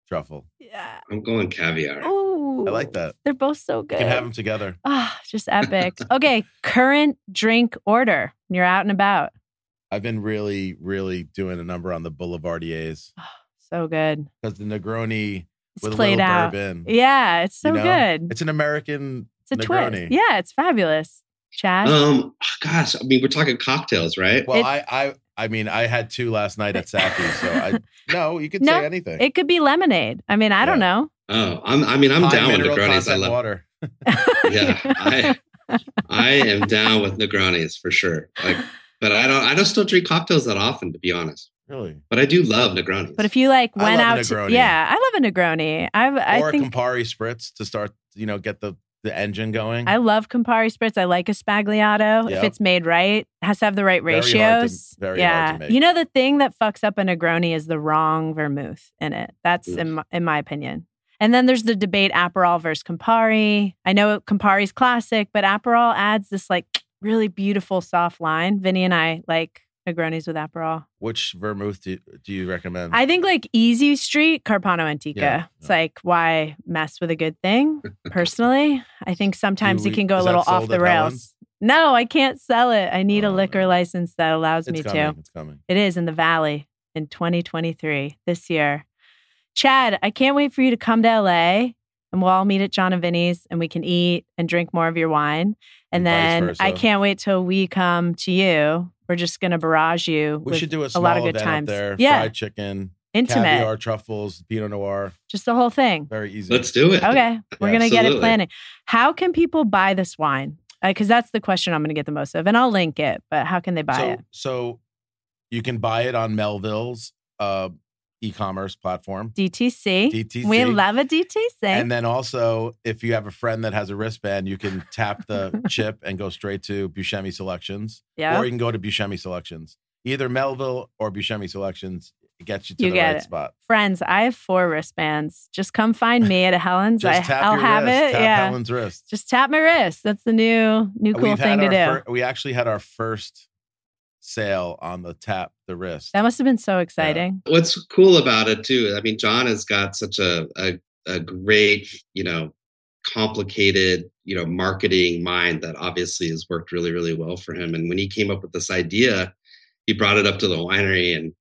Speaker 4: Truffle.
Speaker 3: Yeah.
Speaker 5: I'm going caviar.
Speaker 3: Ooh.
Speaker 4: I like that.
Speaker 3: They're both so good.
Speaker 4: You can have them together.
Speaker 3: Ah, just epic. okay, current drink order. when You're out and about.
Speaker 4: I've been really, really doing a number on the Boulevardiers
Speaker 3: So good.
Speaker 4: because the Negroni
Speaker 3: Ah. It's
Speaker 4: with a
Speaker 3: played
Speaker 4: little
Speaker 3: out.
Speaker 4: bourbon.
Speaker 3: Yeah, it's so
Speaker 4: you know?
Speaker 3: good.
Speaker 4: It's an American.
Speaker 3: It's a
Speaker 4: Negroni.
Speaker 3: twist. Yeah, it's fabulous. Chad,
Speaker 5: Um, gosh, I mean, we're talking cocktails, right?
Speaker 4: Well,
Speaker 3: It-
Speaker 4: I, I, I mean, I had two last night at Safi, so I no, you could
Speaker 3: No,
Speaker 4: say anything.
Speaker 3: it could be lemonade. I mean, I don't know.
Speaker 5: Oh, I'm, I mean, I'm
Speaker 4: High
Speaker 5: down with
Speaker 4: mineral
Speaker 5: Negronis. I
Speaker 4: content
Speaker 5: love.
Speaker 4: water.
Speaker 5: Yeah, I, I am down with Negronis for sure. Like, but I don't, I don't still drink cocktails that often, to be honest.
Speaker 4: Really.
Speaker 5: But I do love Negronis.
Speaker 3: But if you like
Speaker 4: I
Speaker 3: went
Speaker 4: love a
Speaker 3: out, to,
Speaker 4: Negroni.
Speaker 3: yeah, I love a Negroni. I I
Speaker 4: or
Speaker 3: think
Speaker 4: Campari spritz to start, you know, get the the engine going.
Speaker 3: I love Campari spritz. I like a Spagliato if
Speaker 4: Yep.
Speaker 3: it's made right. It has to have the right
Speaker 4: Very hard to-
Speaker 3: ratios.
Speaker 4: very
Speaker 3: yeah,
Speaker 4: hard to make.
Speaker 3: you know the thing that fucks up a Negroni is the wrong vermouth in it. That's in my, in my opinion. And then there's the debate Aperol versus Campari. I know Campari's classic, but Aperol adds this like really beautiful soft line. Vinny and I like Negronis with Aperol.
Speaker 4: Which vermouth do, do you recommend?
Speaker 3: I think like Easy Street, Carpano Antica.
Speaker 4: Yeah,
Speaker 3: It's like why mess with a good thing? Personally, I think sometimes
Speaker 4: Do
Speaker 3: it
Speaker 4: we-
Speaker 3: can go a
Speaker 4: is that
Speaker 3: little off
Speaker 4: sold
Speaker 3: the
Speaker 4: at
Speaker 3: rails.
Speaker 4: Hellens?
Speaker 3: No, I can't sell it. I need a
Speaker 4: Oh,
Speaker 3: liquor
Speaker 4: man.
Speaker 3: license that allows
Speaker 4: it's
Speaker 3: me
Speaker 4: coming.
Speaker 3: to.
Speaker 4: It's coming.
Speaker 3: It is in the Valley in 2023 this year. Chad, I can't wait for you to come to LA and we'll all meet at John and Vinny's and we can eat and drink more of your wine. And
Speaker 4: And vice
Speaker 3: then I
Speaker 4: versa.
Speaker 3: can't wait till we come to you. We're just going to barrage you.
Speaker 4: We
Speaker 3: with
Speaker 4: should do a,
Speaker 3: a
Speaker 4: small
Speaker 3: lot of good
Speaker 4: event
Speaker 3: times.
Speaker 4: up there.
Speaker 3: Yeah.
Speaker 4: Fried chicken,
Speaker 3: intimate,
Speaker 4: caviar, truffles, Pinot Noir.
Speaker 3: just the whole thing.
Speaker 4: Very easy.
Speaker 5: Let's do it.
Speaker 3: Okay, we're gonna get it
Speaker 5: Absolutely.
Speaker 3: planning. How can people buy this wine? Because that's the question I'm gonna get the most of, and I'll link it. But how can they buy
Speaker 4: so,
Speaker 3: it?
Speaker 4: so you can buy it on Melville's uh, e-commerce platform.
Speaker 3: DTC.
Speaker 4: DTC.
Speaker 3: We love a DTC.
Speaker 4: And then also, if you have a friend that has a wristband, you can tap the chip and go straight to Buscemi Selections,
Speaker 3: yeah,
Speaker 4: or you can go to Buscemi Selections. Either Melville or Buscemi Selections it gets you to
Speaker 3: You
Speaker 4: the
Speaker 3: get
Speaker 4: right
Speaker 3: it.
Speaker 4: spot.
Speaker 3: friends, I have four wristbands. Just come find me at a Helen's. I,
Speaker 4: Just tap
Speaker 3: I'll
Speaker 4: your
Speaker 3: have
Speaker 4: wrist.
Speaker 3: it.
Speaker 4: Tap
Speaker 3: yeah,
Speaker 4: Helen's wrist.
Speaker 3: just tap my wrist. That's the new new cool
Speaker 4: We've
Speaker 3: thing to
Speaker 4: had
Speaker 3: do.
Speaker 4: our fir- we actually had our first sale on the tap the wrist.
Speaker 3: that must have been so exciting.
Speaker 5: What's cool about it too? I mean, John has got such a a, a great, you know, complicated, you know, marketing mind that obviously has worked really, really well for him. And when he came up with this idea, he brought it up to the winery and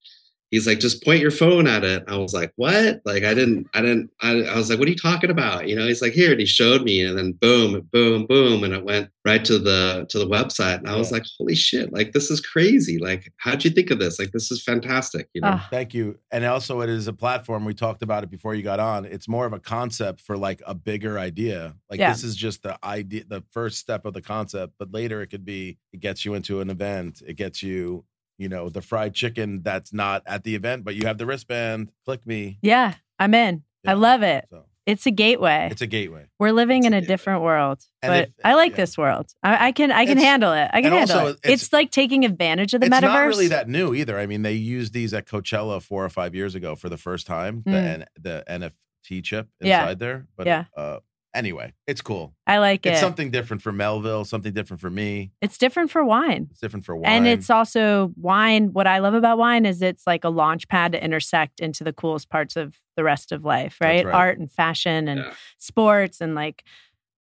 Speaker 5: he's like, just point your phone at it. I was like, what? Like I didn't, I didn't, I, I was like, what are you talking about? You know, he's like, here, and he showed me, and then boom, boom, boom, and it went right to the to the website. And I was
Speaker 4: Yeah.
Speaker 5: like, holy shit, like this is crazy. Like, how'd you think of this? Like, this is fantastic, you know.
Speaker 3: Ah.
Speaker 4: Thank you. And also, it is a platform. We talked about it before you got on. It's more of a concept for like a bigger idea. Like
Speaker 3: Yeah.
Speaker 4: this is just the idea, the first step of the concept. But later, it could be it gets you into an event. It gets you, you know, the fried chicken that's not at the event, but you have the wristband. Click me.
Speaker 3: Yeah, I'm in. I
Speaker 4: Yeah.
Speaker 3: love it.
Speaker 4: So
Speaker 3: It's a gateway.
Speaker 4: it's a gateway.
Speaker 3: We're living in
Speaker 5: It's a
Speaker 3: a
Speaker 5: given.
Speaker 3: different world,
Speaker 4: And
Speaker 3: but
Speaker 4: if-
Speaker 3: I like
Speaker 4: yeah.
Speaker 3: this world. I, I can I can
Speaker 4: It's-
Speaker 3: handle it. I can
Speaker 4: and
Speaker 3: handle
Speaker 4: also
Speaker 3: it. It's,
Speaker 4: it's-
Speaker 3: like taking advantage of the
Speaker 4: it's
Speaker 3: metaverse.
Speaker 4: not really that new either. I mean, they used these at Coachella four or five years ago for the first time. The
Speaker 3: Mm.
Speaker 4: N- the NFT chip inside
Speaker 3: Yeah.
Speaker 4: there. But
Speaker 3: Yeah.
Speaker 4: uh, anyway, it's cool.
Speaker 3: I like
Speaker 4: It's
Speaker 3: it.
Speaker 4: something different for Melville, something different for me.
Speaker 3: it's different for wine.
Speaker 4: It's different for wine.
Speaker 3: And it's also wine. What I love about wine is it's like a launch pad to intersect into the coolest parts of the rest of life,
Speaker 4: That's
Speaker 3: right?
Speaker 4: right.
Speaker 3: Art and fashion and
Speaker 5: Yeah.
Speaker 3: sports and like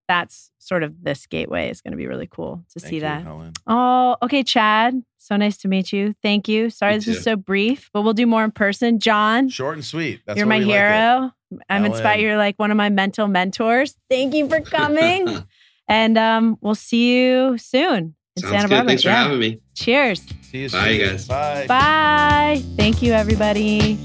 Speaker 3: that's sort of this gateway is going to be really cool to
Speaker 4: Thank
Speaker 3: see
Speaker 4: you,
Speaker 3: that.
Speaker 4: Helen.
Speaker 3: Oh, okay, Chad. So nice to meet you. Thank you. Sorry
Speaker 5: You
Speaker 3: this
Speaker 5: too.
Speaker 3: was so brief, but we'll do more in person. John,
Speaker 4: Short and sweet. That's
Speaker 3: you're
Speaker 4: what
Speaker 3: my
Speaker 4: we like it.
Speaker 3: hero. I'm inspired.
Speaker 4: Ellen.
Speaker 3: You're like one of my mental mentors. Thank you for coming. and um, we'll see you soon in
Speaker 5: Sounds
Speaker 3: Santa
Speaker 5: good.
Speaker 3: Barbara.
Speaker 5: Thanks for
Speaker 3: Yeah.
Speaker 5: having me.
Speaker 3: Cheers.
Speaker 4: See you soon.
Speaker 5: Bye, guys.
Speaker 4: Bye.
Speaker 3: Bye. Thank you, everybody.